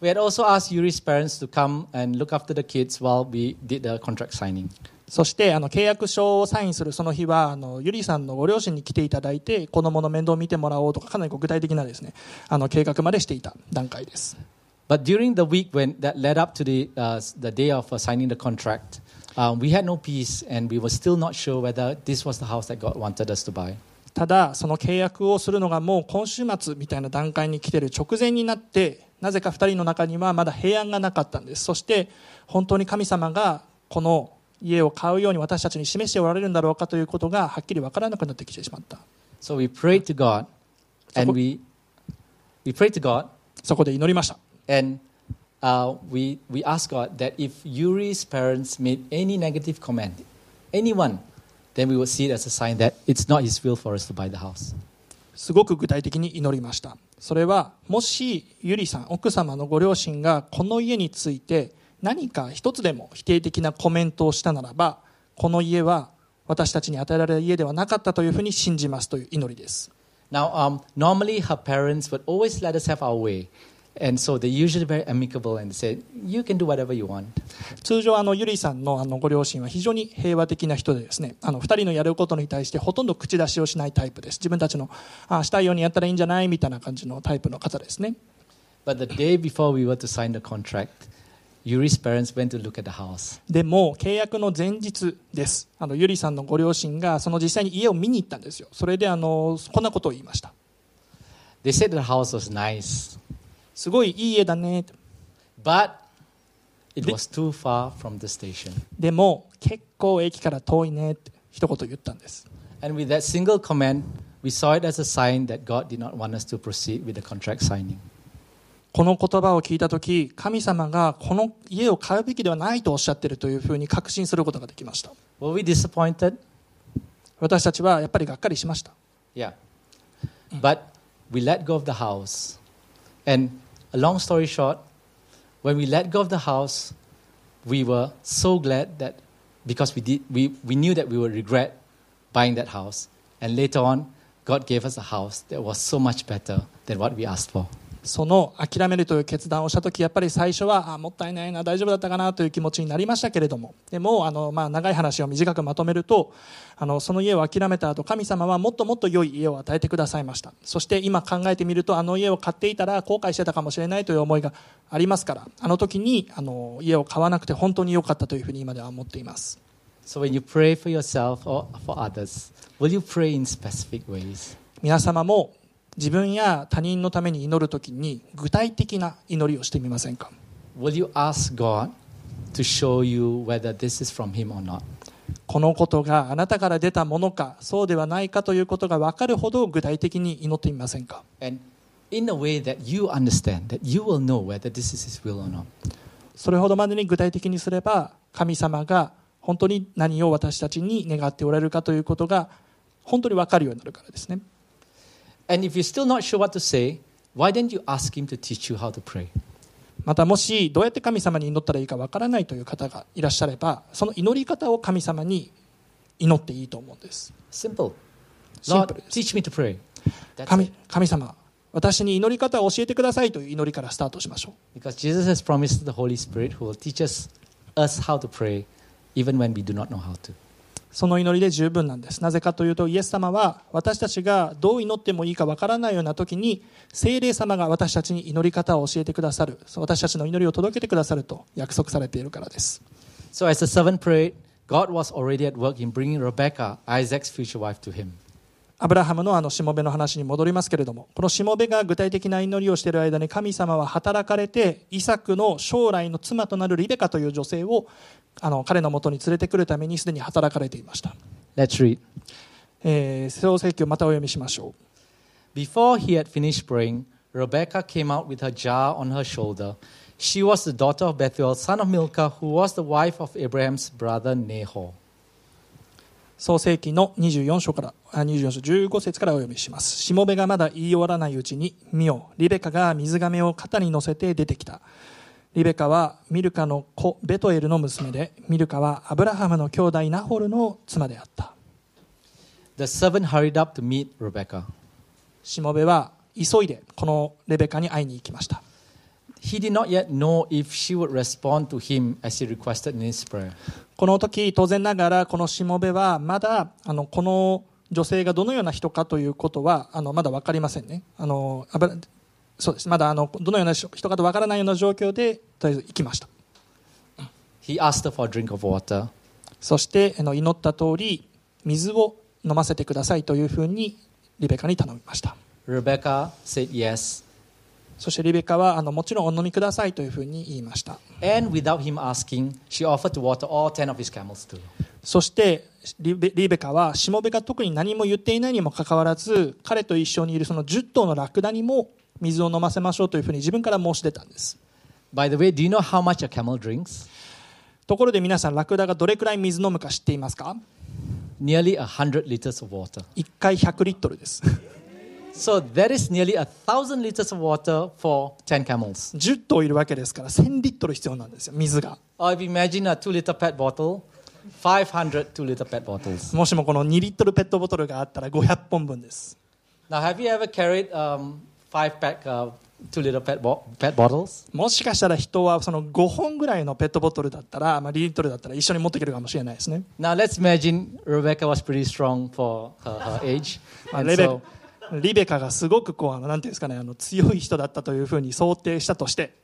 [SPEAKER 1] We had also asked Yuri's parents to come and look after the kids while we did the contract signing.
[SPEAKER 2] そしてあの契約書をサインするその日はあのゆりさんのご両親に来ていただいて子供の面倒を見てもらおうとかかなりこう具体的なですねあの計画までしていた段階です
[SPEAKER 1] But during the week when that led up to the, uh, s- the day of uh, signing the contract, um, we had no peace and we were still not sure whether this was the house that God wanted us to buy.
[SPEAKER 2] ただその契約をするのがもう今週末みたいな段階に来てる直前になってなぜか2人の中にはまだ平安がなかったんですそして本当に神様がこの家を買うように私たちに示しておられるんだろうかということがはっきり分からなくなってきてしまった
[SPEAKER 1] So we prayed to God and
[SPEAKER 2] So-
[SPEAKER 1] we, we prayed to God
[SPEAKER 2] そこで祈りました
[SPEAKER 1] and uh, we, we asked God that if Yuri's parents made any negative comment, anyone, then we would see it as a sign that it's not His will for us to buy the house.
[SPEAKER 2] すごく具体的に祈りましたそれはもしゆりさん奥様のご両親がこの家について何か一つでも否定的なコメントをしたならばこの家は私たちに与えられた家ではなかったというふうに信じますという祈りです
[SPEAKER 1] Now, um, normally her parents would always let us have our way. And so they're usually very amicable and they say, you can do whatever you want.
[SPEAKER 2] 通常あのゆりさんのあのご両親は非常に平和的な人でですねあの2人のやることに対してほとんど口出しをしないタイプです自分たちのあしたいようにやったらいいんじゃないみたいな感じのタイプの方ですね
[SPEAKER 1] But the day before we were to sign the contract, Yuri's parents went to look at the house.
[SPEAKER 2] でも契約の前日ですあのゆりさんのご両親がその実際に家を見に行ったんですよそれであのこんなことを言いました
[SPEAKER 1] They said the house was nice,
[SPEAKER 2] すごいいい家だね
[SPEAKER 1] but it
[SPEAKER 2] They-
[SPEAKER 1] was too far from the station.
[SPEAKER 2] でも結構駅から遠いねって一言言ったんです
[SPEAKER 1] And with that single comment, we saw it as a sign that God did not want us to proceed with the contract signing.
[SPEAKER 2] この言葉を聞いた時神様がこの家を買うべきではないとおっしゃってるというふうに確信することができました
[SPEAKER 1] Were we disappointed?
[SPEAKER 2] 私たちはやっぱりがっかりしました
[SPEAKER 1] Yeah. But we let go of the house. And a long story short, when we let go of the house, we were so glad that because we, did, we, we knew that we would regret buying that house. And later on, God gave us a house that was so much better than what we asked for.
[SPEAKER 2] その諦めるという決断をした時やっぱり最初はあもったいないな大丈夫だったかなという気持ちになりましたけれどもでもあの、まあ、長い話を短くまとめるとあのその家を諦めた後神様はもっともっと良い家を与えてくださいましたそして今考えてみるとあの家を買っていたら後悔してたかもしれないという思いがありますからあの時にあの家を買わなくて本当に良かったというふうに今では思っています
[SPEAKER 1] So when you pray for yourself or for others, will you pray in specific ways?
[SPEAKER 2] 皆様も自分や他人のために祈る時に具体的な祈りをしてみませんか
[SPEAKER 1] Will you ask God to show you whether this is from Him or not?
[SPEAKER 2] このことがあなたから出たものかそうではないかということが分かるほど具体的に祈ってみませんか
[SPEAKER 1] And in a way that you understand, that you will know whether this is His will or not.
[SPEAKER 2] それほどまでに具体的にすれば神様が本当に何を私たちに願っておられるかということが本当に分かるようになるからですね
[SPEAKER 1] And if you're still not sure what to say, why don't you ask Him to teach you how to pray?
[SPEAKER 2] またもしどうやって神様に祈ったらいいか分からないという方がいらっしゃればその祈り方を神様に祈っていいと思うんです
[SPEAKER 1] Simple.
[SPEAKER 2] シン
[SPEAKER 1] Lord,
[SPEAKER 2] プルです
[SPEAKER 1] teach me to pray. That's
[SPEAKER 2] 神
[SPEAKER 1] it.
[SPEAKER 2] 神様私に祈り方を教えてくださいという祈りからスタートしましょう
[SPEAKER 1] Because Jesus has promised the Holy Spirit who will teach us, us how to pray, even when we do not know how to.
[SPEAKER 2] その祈りで十分なんですなぜかというとイエス様は私たちがどう祈ってもいいかわからないような時に聖霊様が私たちに祈り方を教えてくださるそう私たちの祈りを届けてくださると約束されているからです
[SPEAKER 1] So as the servant prayed, God was already at work in bringing Rebecca, Isaac's future wife, to him.
[SPEAKER 2] アブラハムのあのしもべの話に戻りますけれどもこのしもべが具体的な祈りをしている間に神様は働かれてイサクの将来の妻となるリベカという女性をあの彼のもとに連れてくるためにすでに働かれていました、
[SPEAKER 1] Let's read.
[SPEAKER 2] えー、創世記をまたお読みしましょう
[SPEAKER 1] Before he had finished praying, Rebekah came out with her jar on her shoulder. She was the daughter of Bethuel, son of Milcah, who was the wife of Abraham's brother Nahor.
[SPEAKER 2] 創世紀の24章からあ24章15節からお読みしますしもべがまだ言い終わらないうちに見よリベカが水亀を肩に乗せて出てきたリベカはミルカの子ベトエルの娘でミルカはアブラハムの兄弟ナホルの妻であった
[SPEAKER 1] The servant hurried up to meet Rebekah.
[SPEAKER 2] しもべは急いでこのレベカに会いに行きました
[SPEAKER 1] He did not yet know if she would respond to him as he requested in his prayer.
[SPEAKER 2] この時当然ながらこのしもべはまだあのこの女性がどのような人かということはあのまだ分かりませんねあのあばそうですまだあのどのような人人かと分からないような状況でとりあえず行きました
[SPEAKER 1] He asked her for a drink of water,
[SPEAKER 2] そしてあの祈った通り水を飲ませてくださいというふうにリベカに頼みました
[SPEAKER 1] Rebecca said yes,
[SPEAKER 2] そしてリベカはあのもちろんお飲みくださいというふうに言いました
[SPEAKER 1] and without him asking, she offered to water all ten of his camels too.
[SPEAKER 2] そしてリベリベカはしもべが特に何も言っていないにもかかわらず彼と一緒にいるその10頭のラクダにも水を飲ませましょうというふうに自分から申し出たんです
[SPEAKER 1] By the way, do you know how much a camel drinks?
[SPEAKER 2] ところで皆さんラクダがどれくらい水飲むか知っていますか
[SPEAKER 1] Nearly 100 liters of water.
[SPEAKER 2] 1回100リットルです
[SPEAKER 1] So that is nearly a thousand liters of water for 10 camels.
[SPEAKER 2] 10頭いるわけですから1000リットル必要なんですよ水が
[SPEAKER 1] Or if you imagine a 2 liter pet bottle, 500 2 liter pet bottles.
[SPEAKER 2] もしもこの2リットルペットボトルがあったら500本分です
[SPEAKER 1] Now, have you ever carried um, 5 pack, uh, 2 liter pet, bo- pet bottles?
[SPEAKER 2] もしかしたら人はその5本ぐらいのペットボトルだったら、まあ、2リットルだったら一緒に持っていけるかもしれないですね
[SPEAKER 1] Now, let's imagine Rebecca was pretty strong for her, her age.
[SPEAKER 2] まあ
[SPEAKER 1] And
[SPEAKER 2] レベ
[SPEAKER 1] so,
[SPEAKER 2] リベカがすごくこうあのなんていうんですかねあの強い人だったというふうに想定したとして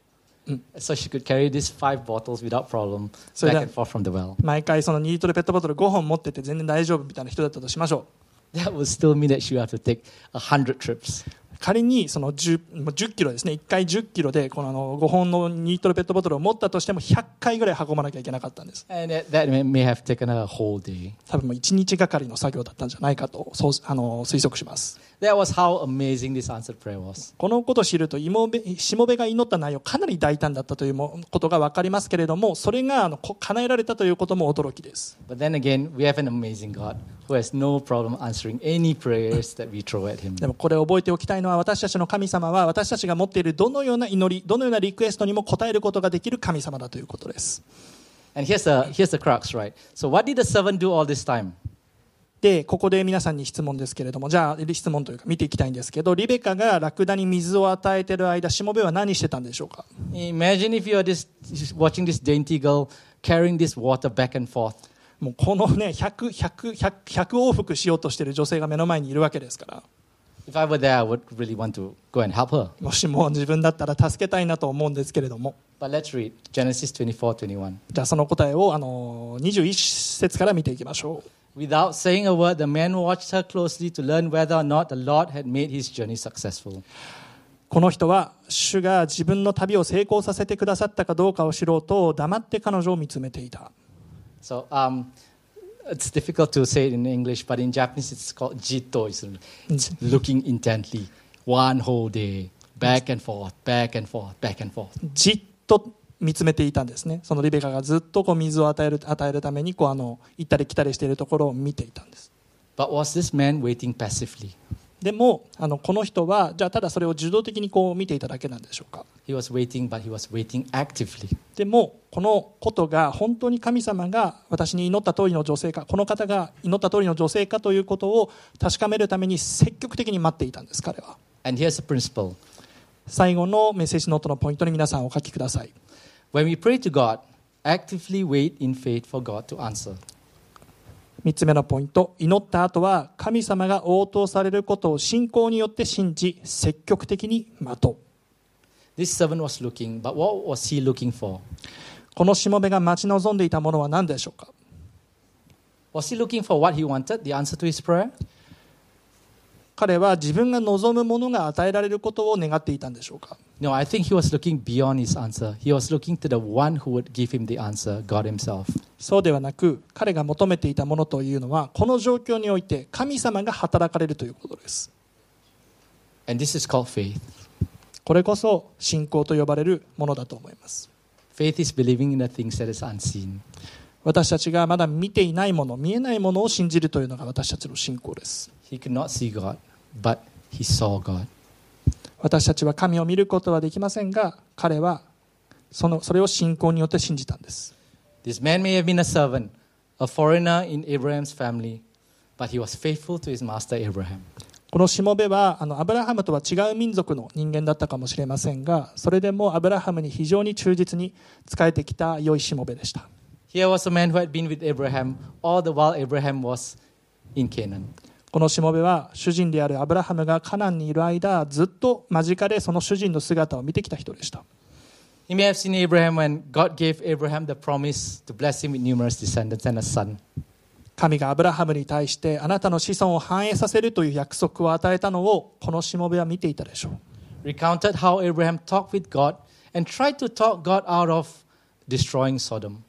[SPEAKER 1] so she could carry these five bottles without problem
[SPEAKER 2] So
[SPEAKER 1] back
[SPEAKER 2] that-
[SPEAKER 1] and forth from the well.
[SPEAKER 2] 毎回その2リットルペットボトル5本持ってて全然大丈夫みたいな人だったとしましょ
[SPEAKER 1] That would still mean that she would have to take 100 trips.
[SPEAKER 2] う仮にその 10, もう10キロですね1回1 0キロでこのあの5本の2リットルペットボトルを持ったとしても100回ぐらい運ばなきゃいけなかったんです
[SPEAKER 1] And that, that may- may have taken her a whole day.
[SPEAKER 2] 多分もう1日がかりの作業だったんじゃないかとそうあの推測します
[SPEAKER 1] That was how amazing this answered prayer was.
[SPEAKER 2] このことを知ると妹べしもべが祈った内容かなり大胆だったというもことが分かりますけれどもそれがあのこ叶えられたということも驚きです
[SPEAKER 1] But then again, we have an amazing God who has no problem answering any prayers that we throw at him.
[SPEAKER 2] でもこれを覚えておきたいのは私たちの神様は私たちが持っているどのような祈りどのようなリクエストにも応えることができる神様だということです
[SPEAKER 1] And here's the, here's the crux, right? So, what did the servant do all this time?
[SPEAKER 2] でここで皆さんに質問ですけれどもじゃあ質問というか見ていきたいんですけどリベカがラクダに水を与えている間しもべは何してたんでしょうか
[SPEAKER 1] Imagine if you're this, watching this dainty girl carrying this water back and forth.
[SPEAKER 2] もうこのね100 100 100 100往復しようとしている女性が目の前にいるわけですから
[SPEAKER 1] If I were there, I would really want to go and help her.
[SPEAKER 2] もしも自分だったら助けたいなと思うんですけれども
[SPEAKER 1] But let's read Genesis 24 21.
[SPEAKER 2] じゃあその答えをあの21節から見ていきましょう
[SPEAKER 1] Without saying a word, the man watched her closely to learn whether or not the Lord had made his journey successful.
[SPEAKER 2] この人は主が自分の旅を成功させてくださったかどうかを知ろうと黙って彼女を見つめていた
[SPEAKER 1] So um, it's difficult to say it in English, but in Japanese it's called jito. It's, it's looking intently, one whole day, back and forth, back and forth, back and forth.
[SPEAKER 2] じっと見つめていたんですねそのリベカがずっとこう水を与える与えるためにこうあの行ったり来たりしているところを見ていたんです
[SPEAKER 1] But was this man waiting passively?
[SPEAKER 2] でもあのこの人はじゃあただそれを受動的にこう見ていただけなんでしょうか
[SPEAKER 1] He was waiting, but he was waiting actively.
[SPEAKER 2] でもこのことが本当に神様が私に祈った通りの女性かこの方が祈った通りの女性かということを確かめるために積極的に待っていたんです彼は
[SPEAKER 1] And here's the principle
[SPEAKER 2] 最後のメッセージノートのポイントに皆さんお書きください
[SPEAKER 1] when we pray to God, actively wait in faith for God to answer.
[SPEAKER 2] 3つ目のポイント祈った後は神様が応答されることを信仰によって信じ積極的に待とう
[SPEAKER 1] This servant was looking, but what was he looking for?
[SPEAKER 2] このしもべが待ち望んでいたものは何でしょうか
[SPEAKER 1] Was he looking for what he wanted, the answer to his prayer?
[SPEAKER 2] 彼は自分が望むものが与えられることを願っていたんでしょうか
[SPEAKER 1] No, I think he was looking beyond his answer. He was looking to the one who would give him the answer, God Himself.
[SPEAKER 2] そうではなく彼が求めていたものというのはこの状況において神様が働かれるということです
[SPEAKER 1] And this is called faith.
[SPEAKER 2] これこそ信仰と呼ばれるものだと思います
[SPEAKER 1] Faith is believing in the things that is unseen.
[SPEAKER 2] 私たちがまだ見ていないもの見えないものを信じるというのが私たちの信仰です
[SPEAKER 1] He could not see God, but he saw God.
[SPEAKER 2] 私たちは神を見ることはできませんが彼はそのそれを信仰によって信じたんです
[SPEAKER 1] This man may have been a servant, a foreigner in Abraham's family, but he was faithful to his master Abraham.
[SPEAKER 2] このしもべはあのアブラハムとは違う民族の人間だったかもしれませんがそれでもアブラハムに非常に忠実に仕えてきた良いしもべでした
[SPEAKER 1] Here was a man who had been with Abraham all the while Abraham was in Canaan.
[SPEAKER 2] このしもべは主人であるアブラハムがカナンにいる間ずっと間近でその主人の姿を見てきた人でした
[SPEAKER 1] He may have seen Abraham when God gave Abraham the promise to bless him with numerous descendants and a son.
[SPEAKER 2] 神がアブラハムに対してあなたの子孫を繁栄させるという約束を与えたのをこのしもべは見ていたでしょう
[SPEAKER 1] recounted how Abraham talked with God and tried to talk God out of destroying Sodom.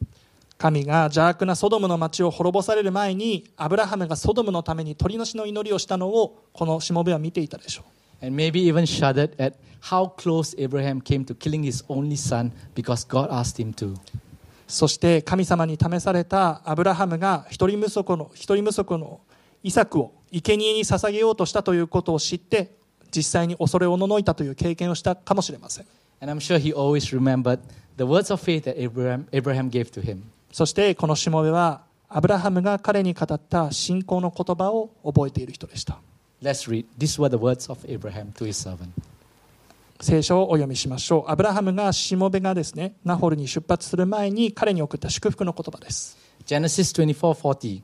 [SPEAKER 2] 神が邪悪なソドムの町を滅ぼされる前にアブラハムがソドムのために鳥の死の祈りをしたのをこのしもべは見ていたでしょう
[SPEAKER 1] And maybe even shuddered at how close Abraham came to killing his only son because God asked him to.
[SPEAKER 2] そして神様に試されたアブラハムが一人息子の一人息子のイサクを生贄に捧げようとしたということを知って実際に恐れおののいたという経験をしたかもしれません
[SPEAKER 1] And I'm sure he always remembered the words of faith that Abraham, Abraham gave to him.
[SPEAKER 2] そしてこのしもべはアブラハムが彼に語った信仰の言葉を覚えている人でした
[SPEAKER 1] Let's read. These were the words of Abraham to his servant.
[SPEAKER 2] 聖書をお読みしましょうアブラハムがしもべがですねナホルに出発する前に彼に送った祝福の言葉です
[SPEAKER 1] Genesis 24:40.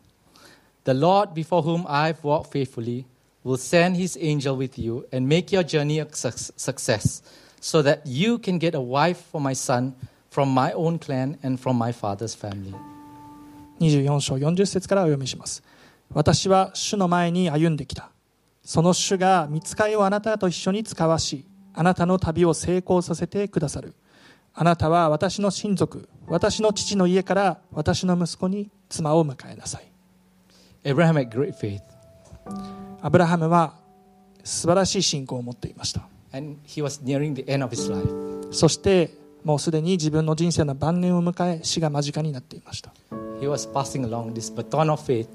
[SPEAKER 1] The Lord before whom I've walked faithfully will send his angel with you and make your journey a suc- success so that you can get a wife for my son from my own clan and from my father's family.
[SPEAKER 2] 24章40節からお読みします私は主の前に歩んできたその主が見つかりをあなたと一緒に使わしあなたの旅を成功させてくださるあなたは私の親族私の父の家から私の息子に妻を迎えなさい
[SPEAKER 1] Abraham had great faith
[SPEAKER 2] アブラハムは素晴らしい信仰を持っていました
[SPEAKER 1] and he was nearing the end of his life.
[SPEAKER 2] そしてもうすでに自分の人生の晩年を迎え死が間近になっていました
[SPEAKER 1] He was passing along this baton of faith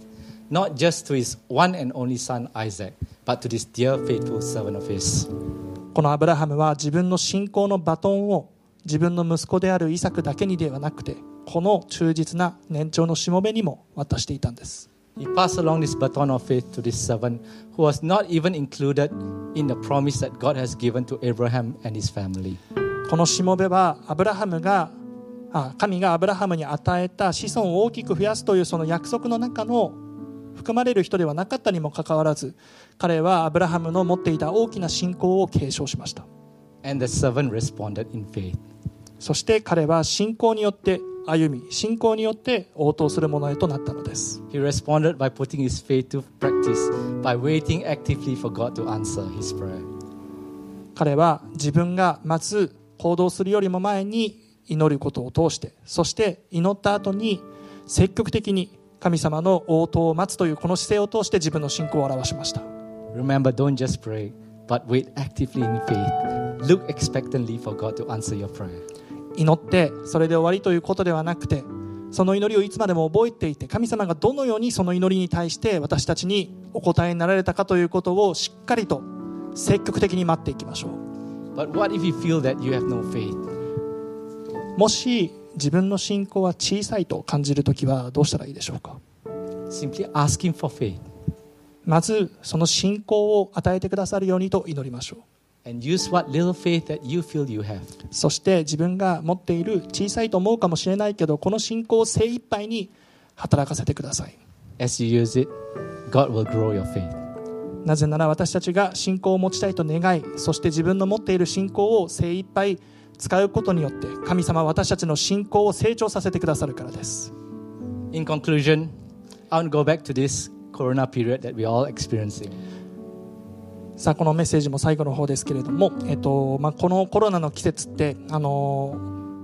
[SPEAKER 1] not just to his one and only son Isaac, but to this dear faithful servant of his.
[SPEAKER 2] このアブラハムは自分の信仰のバトンを自分の息子であるイサクだけにではなくてこの忠実な年長のしもべにも渡していたんです
[SPEAKER 1] He passed along this baton of faith to this servant who was not even included in the promise that God has given to Abraham and his family.
[SPEAKER 2] このしもべはアブラハムがあ神がアブラハムに与えた子孫を大きく増やすというその約束の中の含まれる人ではなかったにもかかわらず彼はアブラハムの持っていた大きな信仰を継承しました
[SPEAKER 1] And the servant responded in faith.
[SPEAKER 2] そして彼は信仰によって歩み信仰によって応答するものへとなったのです
[SPEAKER 1] He responded by putting his faith to practice, by waiting actively for God to answer his prayer.
[SPEAKER 2] 彼は自分がまず行動するよりも前に祈ることを通してそして祈った後に積極的に神様の応答を待つというこの姿勢を通して自分の信仰を表しました
[SPEAKER 1] Remember, don't just pray, but wait actively in faith. Look expectantly for God to answer your prayer.
[SPEAKER 2] 祈ってそれで終わりということではなくてその祈りをいつまでも覚えていて神様がどのようにその祈りに対して私たちにお答えになられたかということをしっかりと積極的に待っていきましょう
[SPEAKER 1] But what if you feel that you have no faith?
[SPEAKER 2] もし自分の信仰は小さいと感じるときはどうしたらいいでしょうか
[SPEAKER 1] Simply ask Him for faith
[SPEAKER 2] まずその信仰を与えてくださるようにと祈りましょう
[SPEAKER 1] and use what little faith that you feel you have.
[SPEAKER 2] そして自分が持っている小さいと思うかもしれないけどこの信仰を精一杯に働かせてください
[SPEAKER 1] As you use it, God will grow your faith.
[SPEAKER 2] なぜなら私たちが信仰を持ちたいと願いそして自分の持っている信仰を精一杯使うことによって神様は私たちの信仰を成長させてくださるからです
[SPEAKER 1] In conclusion, I want to go back to this corona period that we're all experiencing.
[SPEAKER 2] さあこのメッセージも最後の方ですけれども、えっとまあ、このコロナの季節って、あの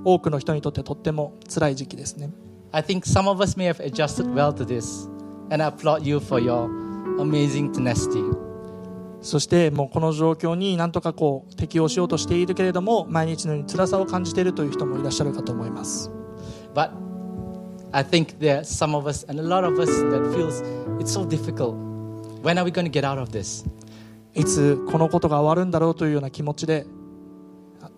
[SPEAKER 2] 多くの人にとってとっても辛い時期ですね
[SPEAKER 1] I think some of us may have adjusted well to this, and I applaud you for your amazing tenacity.
[SPEAKER 2] そしてもうこの状況になんとかこう適応しようとしているけれども毎日のように辛さを感じているという人もいらっしゃるかと思います
[SPEAKER 1] But I think there are some of us and a lot of us that feels it's so difficult. When are we going to get out of this?
[SPEAKER 2] いつこのことが終わるんだろうというような気持ちであ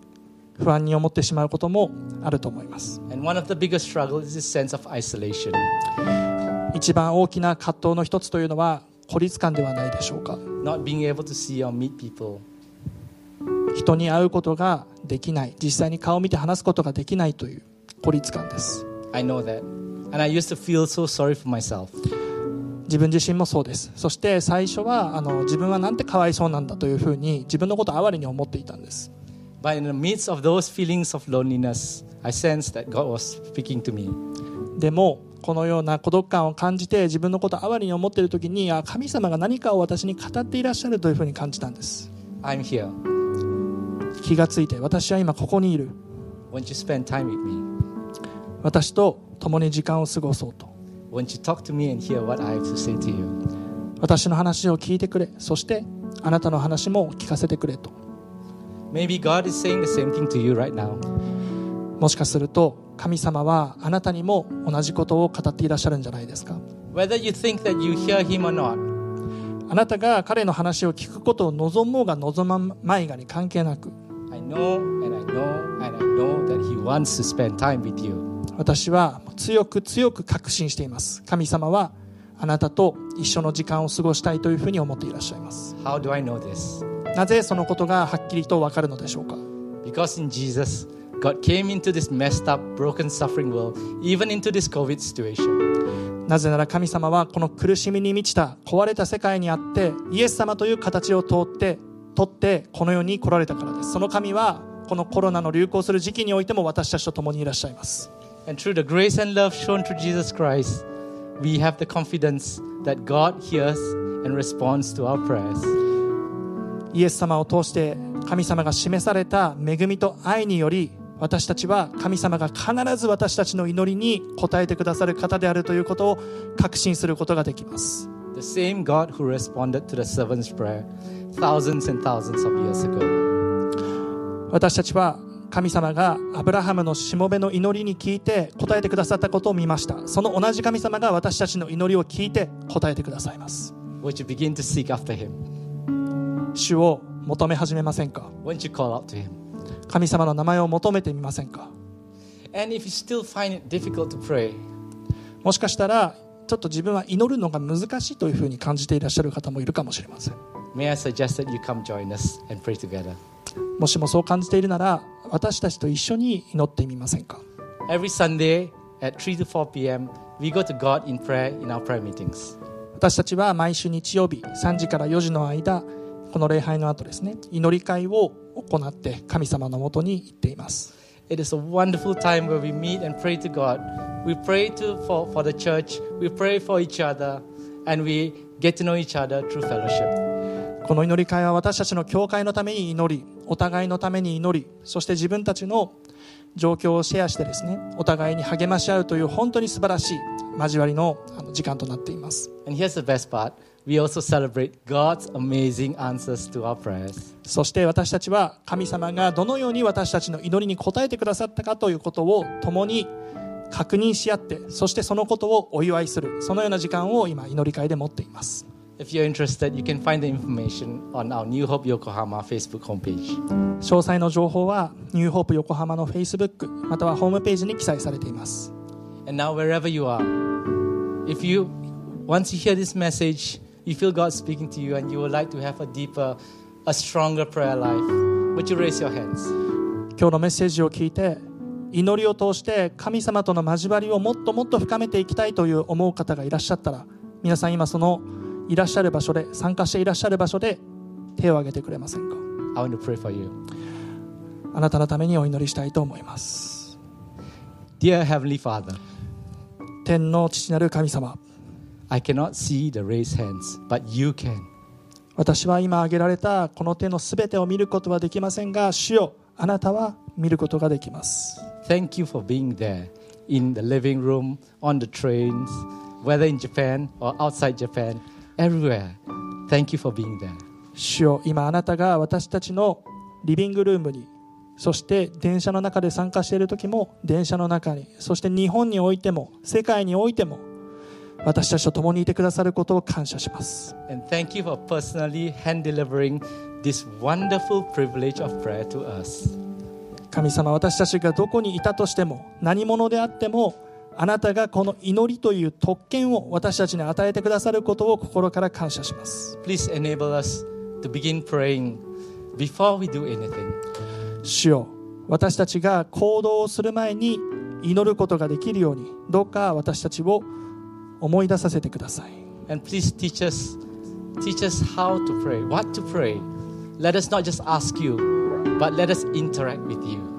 [SPEAKER 2] 不安に思ってしまうこともあると思います
[SPEAKER 1] And one of the biggest struggles is this sense of isolation.
[SPEAKER 2] 一番大きな葛藤の一つというのは孤立感ではないでしょうか
[SPEAKER 1] not being able to see or meet people.
[SPEAKER 2] 人に会うことができない実際に顔を見て話すことができないという孤立感です
[SPEAKER 1] I know that. And I used to feel so sorry for myself.
[SPEAKER 2] 自分自身もそうですそして最初はあの自分はなんてかわいそうなんだというふうに自分のことを哀れに思っていたんです
[SPEAKER 1] But in the midst of those feelings of loneliness, I sensed that God was speaking to me.
[SPEAKER 2] でもこのような孤独感を感じて自分のことを哀れに思っている時にあ神様が何かを私に語っていらっしゃるというふうに感じたんです
[SPEAKER 1] I'm here.
[SPEAKER 2] 気がついて私は今ここにいる
[SPEAKER 1] Won't you spend time with me?
[SPEAKER 2] 私と共に時間を過ごそうと
[SPEAKER 1] Won't you talk to me and hear what I have to say to you?
[SPEAKER 2] 私の話を聞いてくれそしてあなたの話も聞かせてくれと
[SPEAKER 1] Maybe God is saying the same thing to you right now.
[SPEAKER 2] もしかすると神様はあなたにも同じことを語っていらっしゃるんじゃないですか
[SPEAKER 1] Whether you think that you hear Him or not,
[SPEAKER 2] ああなたが彼の話を聞くことを望もうが望まないがに関係なく
[SPEAKER 1] I know and I know and I know that He wants to spend time with you.
[SPEAKER 2] 私は強く強く確信しています神様はあなたと一緒の時間を過ごしたいというふうに思っていらっしゃいます
[SPEAKER 1] How do I know this?
[SPEAKER 2] なぜそのことがはっきりとわかるのでしょうか
[SPEAKER 1] Because in Jesus, God came into this messed up, broken, suffering world, even into this COVID situation.
[SPEAKER 2] なぜなら神様はこの苦しみに満ちた壊れた世界にあってイエス様という形を通って取ってこの世に来られたからですその神はこのコロナの流行する時期においても私たちと共にいらっしゃいます
[SPEAKER 1] And through the grace and love shown through Jesus Christ, we have the confidence that God hears and responds to our prayers.
[SPEAKER 2] イエス様を通して神様が示された恵みと愛により私たちは神様が必ず私たちの祈りに応えてくださる方であるということを確信することができます
[SPEAKER 1] The same God who responded to the servant's prayer thousands and thousands of years ago.
[SPEAKER 2] 私たちは神様がアブラハムのしもべの祈りに聞いて答えてくださったことを見ましたその同じ神様が私たちの祈りを聞いて答えてくださいます
[SPEAKER 1] Won't you begin to seek after Him?
[SPEAKER 2] 主を求め始めませんか
[SPEAKER 1] Won't you call out to Him?
[SPEAKER 2] 神様の名前を求めてみませんか
[SPEAKER 1] And if you still find it difficult to pray,
[SPEAKER 2] もしかしたらちょっと自分は祈るのが難しいというふうに感じていらっしゃる方もいるかもしれません
[SPEAKER 1] may I suggest that you come join us and pray together.
[SPEAKER 2] もしもそう感じているなら私たちと一緒に祈ってみませんか
[SPEAKER 1] Every Sunday at 3 to 4 p.m., we go to God in prayer in our prayer meetings.
[SPEAKER 2] 私たちは毎週日曜日3時から4時の間この礼拝の後ですね祈り会を行って神様のもとに行っています
[SPEAKER 1] It is a wonderful time where we meet and pray to God. We pray to, for, for the church, we pray for each other, and we get to know each other through fellowship.
[SPEAKER 2] この祈り会は私たちの教会のために祈りお互いのために祈りそして自分たちの状況をシェアしてですねお互いに励まし合うという本当に素晴らしい交わりのあの時間となっています
[SPEAKER 1] And here's the best part we also celebrate God's amazing answers to our prayers.
[SPEAKER 2] そして私たちは神様がどのように私たちの祈りに応えてくださったかということを共に確認し合ってそしてそのことをお祝いするそのような時間を今祈り会で持っています
[SPEAKER 1] If you're interested, you can find the information on our New Hope Yokohama Facebook homepage.
[SPEAKER 2] 詳細の情報はニューホープ横浜の Facebook またはホームページに記載されています
[SPEAKER 1] And now, wherever you are, if you, once you hear this message, you feel God speaking to you and you would like to have a deeper, a stronger prayer life, would you raise your hands?
[SPEAKER 2] 今日のメッセージを聞いて祈りを通して神様との交わりをもっともっと深めていきたいという思う方がいらっしゃったら皆さん今そのいらっしゃる場所で参加していらっしゃる場所で手を挙げてくれませんか
[SPEAKER 1] I want to pray for you.
[SPEAKER 2] あなたのためにお祈りしたいと思います
[SPEAKER 1] Dear Heavenly Father,
[SPEAKER 2] 天の父なる神様
[SPEAKER 1] I cannot see the raised hands, but you can.
[SPEAKER 2] 私は今挙げられたこの手のすべてを見ることはできませんが主よあなたは見ることができます
[SPEAKER 1] Thank you for being there in the living room, on the trains, whether in Japan or outside Japan, everywhere. Thank you for being there.
[SPEAKER 2] 主よ今あなたが私たちのリビングルームにそして電車の中で参加している時も電車の中にそして日本においても世界においても私たちと共にいてくださることを感謝します
[SPEAKER 1] And thank you for personally hand delivering this wonderful privilege of prayer to us.
[SPEAKER 2] 神様私たちがどこにいたとしても何者であってもあなたがこの祈りという特権を私たちに与えてくださることを心から感謝します
[SPEAKER 1] Please enable us to begin praying before we do anything.
[SPEAKER 2] 主よ私たちが行動をする前に祈ることができるようにどうか私たちを思い出させてください
[SPEAKER 1] And please teach us teach us how to pray, what to pray. Let us not just ask you, but let us interact with you.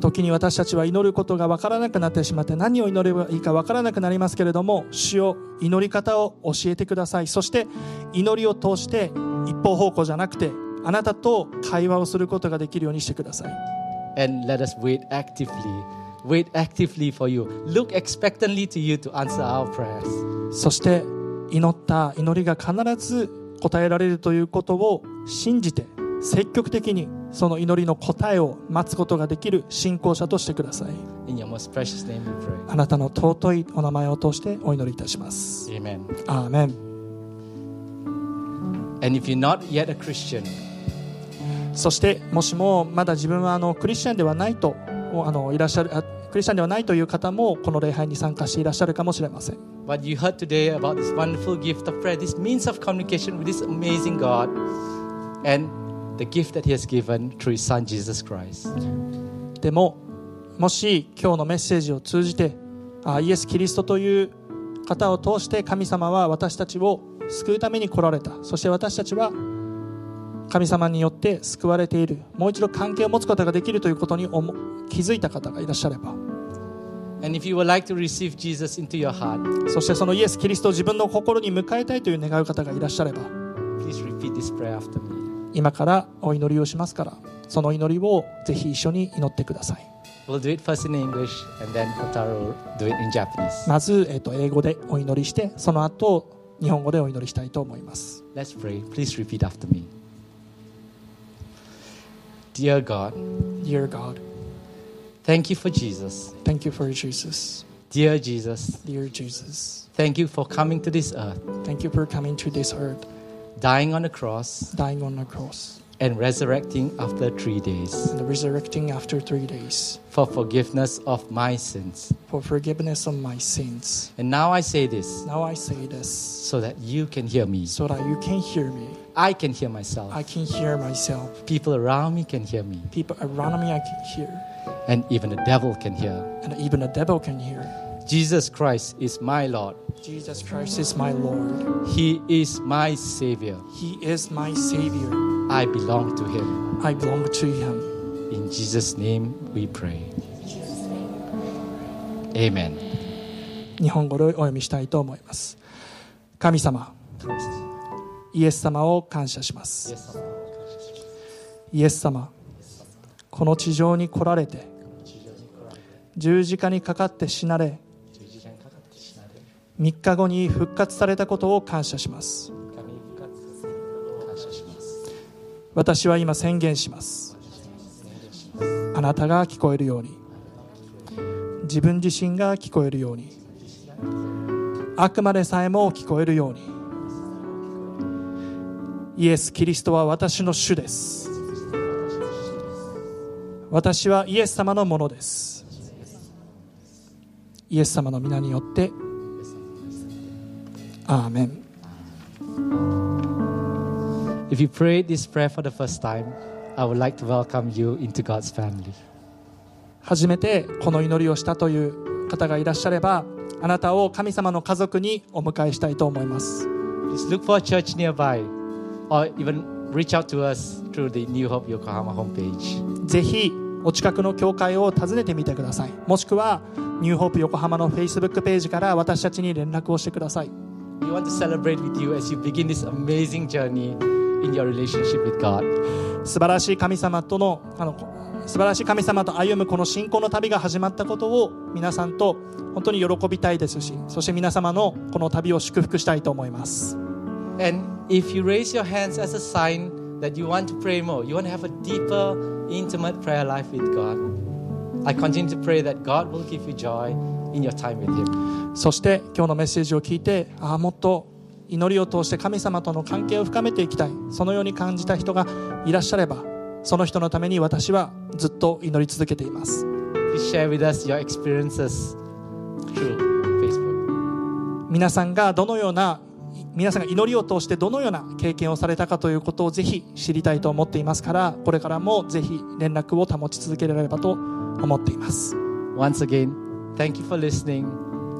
[SPEAKER 2] 時に私たちは祈ることが分からなくなってしまって何を祈ればいいか分からなくなりますけれども主よ祈り方を教えてくださいそして祈りを通して一方方向じゃなくてあなたと会話をすることができるようにしてください
[SPEAKER 1] And let us wait actively. Wait actively for you. Look expectantly to you to answer our prayers.
[SPEAKER 2] そして祈った祈りが必ず答えられるということを信じて積極的にその祈りの答えを待つことができる信仰者としてください
[SPEAKER 1] In your most precious name we pray.
[SPEAKER 2] あなたの尊いお名前を通してお祈りいたします
[SPEAKER 1] Amen.
[SPEAKER 2] アーメン
[SPEAKER 1] And if you're not yet a Christian,
[SPEAKER 2] そしてもしもまだ自分はあのクリスチャンではないとおあのいらっしゃるあクリスチャンではないという方もこの礼拝に参加していらっしゃるかもしれません
[SPEAKER 1] what you heard today about this wonderful gift of prayer, this means of communication with this amazing God, and the gift that He has given through His Son Jesus Christ.
[SPEAKER 2] でももし今日のメッセージを通じてあイエス・キリストという方を通して神様は私たちを救うために来られたそして私たちは神様によって救われているもう一度関係を持つことができるということに思気づいた方がいらっしゃれば
[SPEAKER 1] And if you would like to receive Jesus into your heart,
[SPEAKER 2] そしてそのイエス・キリストを自分の心に迎えたいという願う方がいらっしゃれば
[SPEAKER 1] please repeat this prayer after me.
[SPEAKER 2] 今からお祈りをしますからその祈りをぜひ一緒に祈ってください
[SPEAKER 1] We'll do it first in English, and then Kotaro will do it in Japanese.
[SPEAKER 2] まず、えっと英語でお祈りしてその後日本語でお祈りしたいと思います
[SPEAKER 1] Let's pray. Please repeat after me. Dear God,
[SPEAKER 2] Dear God,
[SPEAKER 1] thank you for Jesus.
[SPEAKER 2] thank you for Jesus.
[SPEAKER 1] Dear Jesus,
[SPEAKER 2] Dear Jesus,
[SPEAKER 1] thank you for coming to this earth,
[SPEAKER 2] thank you for coming to this earth,
[SPEAKER 1] dying on the cross,
[SPEAKER 2] dying on the cross,
[SPEAKER 1] and resurrecting after three days
[SPEAKER 2] and resurrecting after three days
[SPEAKER 1] for forgiveness of my sins.
[SPEAKER 2] for forgiveness of my sins.
[SPEAKER 1] And now I say this
[SPEAKER 2] Now I say this
[SPEAKER 1] so that you can hear me.
[SPEAKER 2] so that you can hear me.
[SPEAKER 1] I can hear myself.
[SPEAKER 2] I can hear myself.
[SPEAKER 1] People around me can hear me.
[SPEAKER 2] People around me I can hear.
[SPEAKER 1] And even the devil can hear.
[SPEAKER 2] And even the devil can hear.
[SPEAKER 1] Jesus Christ is my Lord.
[SPEAKER 2] Jesus Christ is my Lord.
[SPEAKER 1] He is my Savior.
[SPEAKER 2] He is my Savior.
[SPEAKER 1] I belong to Him.
[SPEAKER 2] I belong to Him.
[SPEAKER 1] In Jesus' name we pray. Amen.
[SPEAKER 2] 日本語でお読みしたいと思います。神様、イエス様を感謝します。
[SPEAKER 1] Yes.
[SPEAKER 2] イエス様この地上に来られて十字架にかかって死なれ3日後に復活されたことを感謝します私は今宣言しますあなたが聞こえるように自分自身が聞こえるようにあくまでさえも聞こえるようにイエス・キリストは私の主です私はイエス様のものですイエス様の皆によってアーメン
[SPEAKER 1] If you prayed this prayer for the first time, I would like to welcome you into God's family.
[SPEAKER 2] 初めてこの祈りをしたという方がいらっしゃればあなたを神様の家族にお迎えしたいと思います
[SPEAKER 1] Please look for a church nearby or even reach out to us through the New Hope Yokohama homepage.
[SPEAKER 2] ぜひお近くの教会を訪ねてみてくださいもしくはニューホープ横浜の Facebook ページから私たちに連絡をしてください
[SPEAKER 1] We want to celebrate with you as you begin this amazing journey in your relationship with God.
[SPEAKER 2] 素晴らしい神様とのあの素晴らしい神様と歩むこの信仰の旅が始まったことを皆さんと本当に喜びたいですしそして皆様のこの旅を祝福したいと思います
[SPEAKER 1] And if you raise your hands as a sign that you want to pray more, you want to have a deeper, intimate prayer life with God, I continue to pray that God will give you joy in your time with Him.
[SPEAKER 2] そして今日のメッセージを聞いてああもっと祈りを通して神様との関係を深めていきたいそのように感じた人がいらっしゃればその人のために私はずっと祈り続けています
[SPEAKER 1] Please share with us your experiences through Facebook.
[SPEAKER 2] 皆さんがどのような皆さんが祈りを通してどのような経験をされたかということをぜひ知りたいと思っていますからこれからもぜひ連絡を保ち続けられればと思っています
[SPEAKER 1] Once again, thank you for listening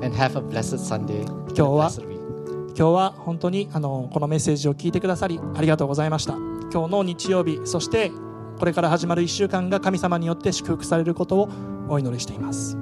[SPEAKER 1] and have a blessed Sunday. and a
[SPEAKER 2] 今日は
[SPEAKER 1] blessed week.
[SPEAKER 2] 今日は本当にあのこのメッセージを聞いてくださりありがとうございました今日の日曜日そしてこれから始まる1週間が神様によって祝福されることをお祈りしています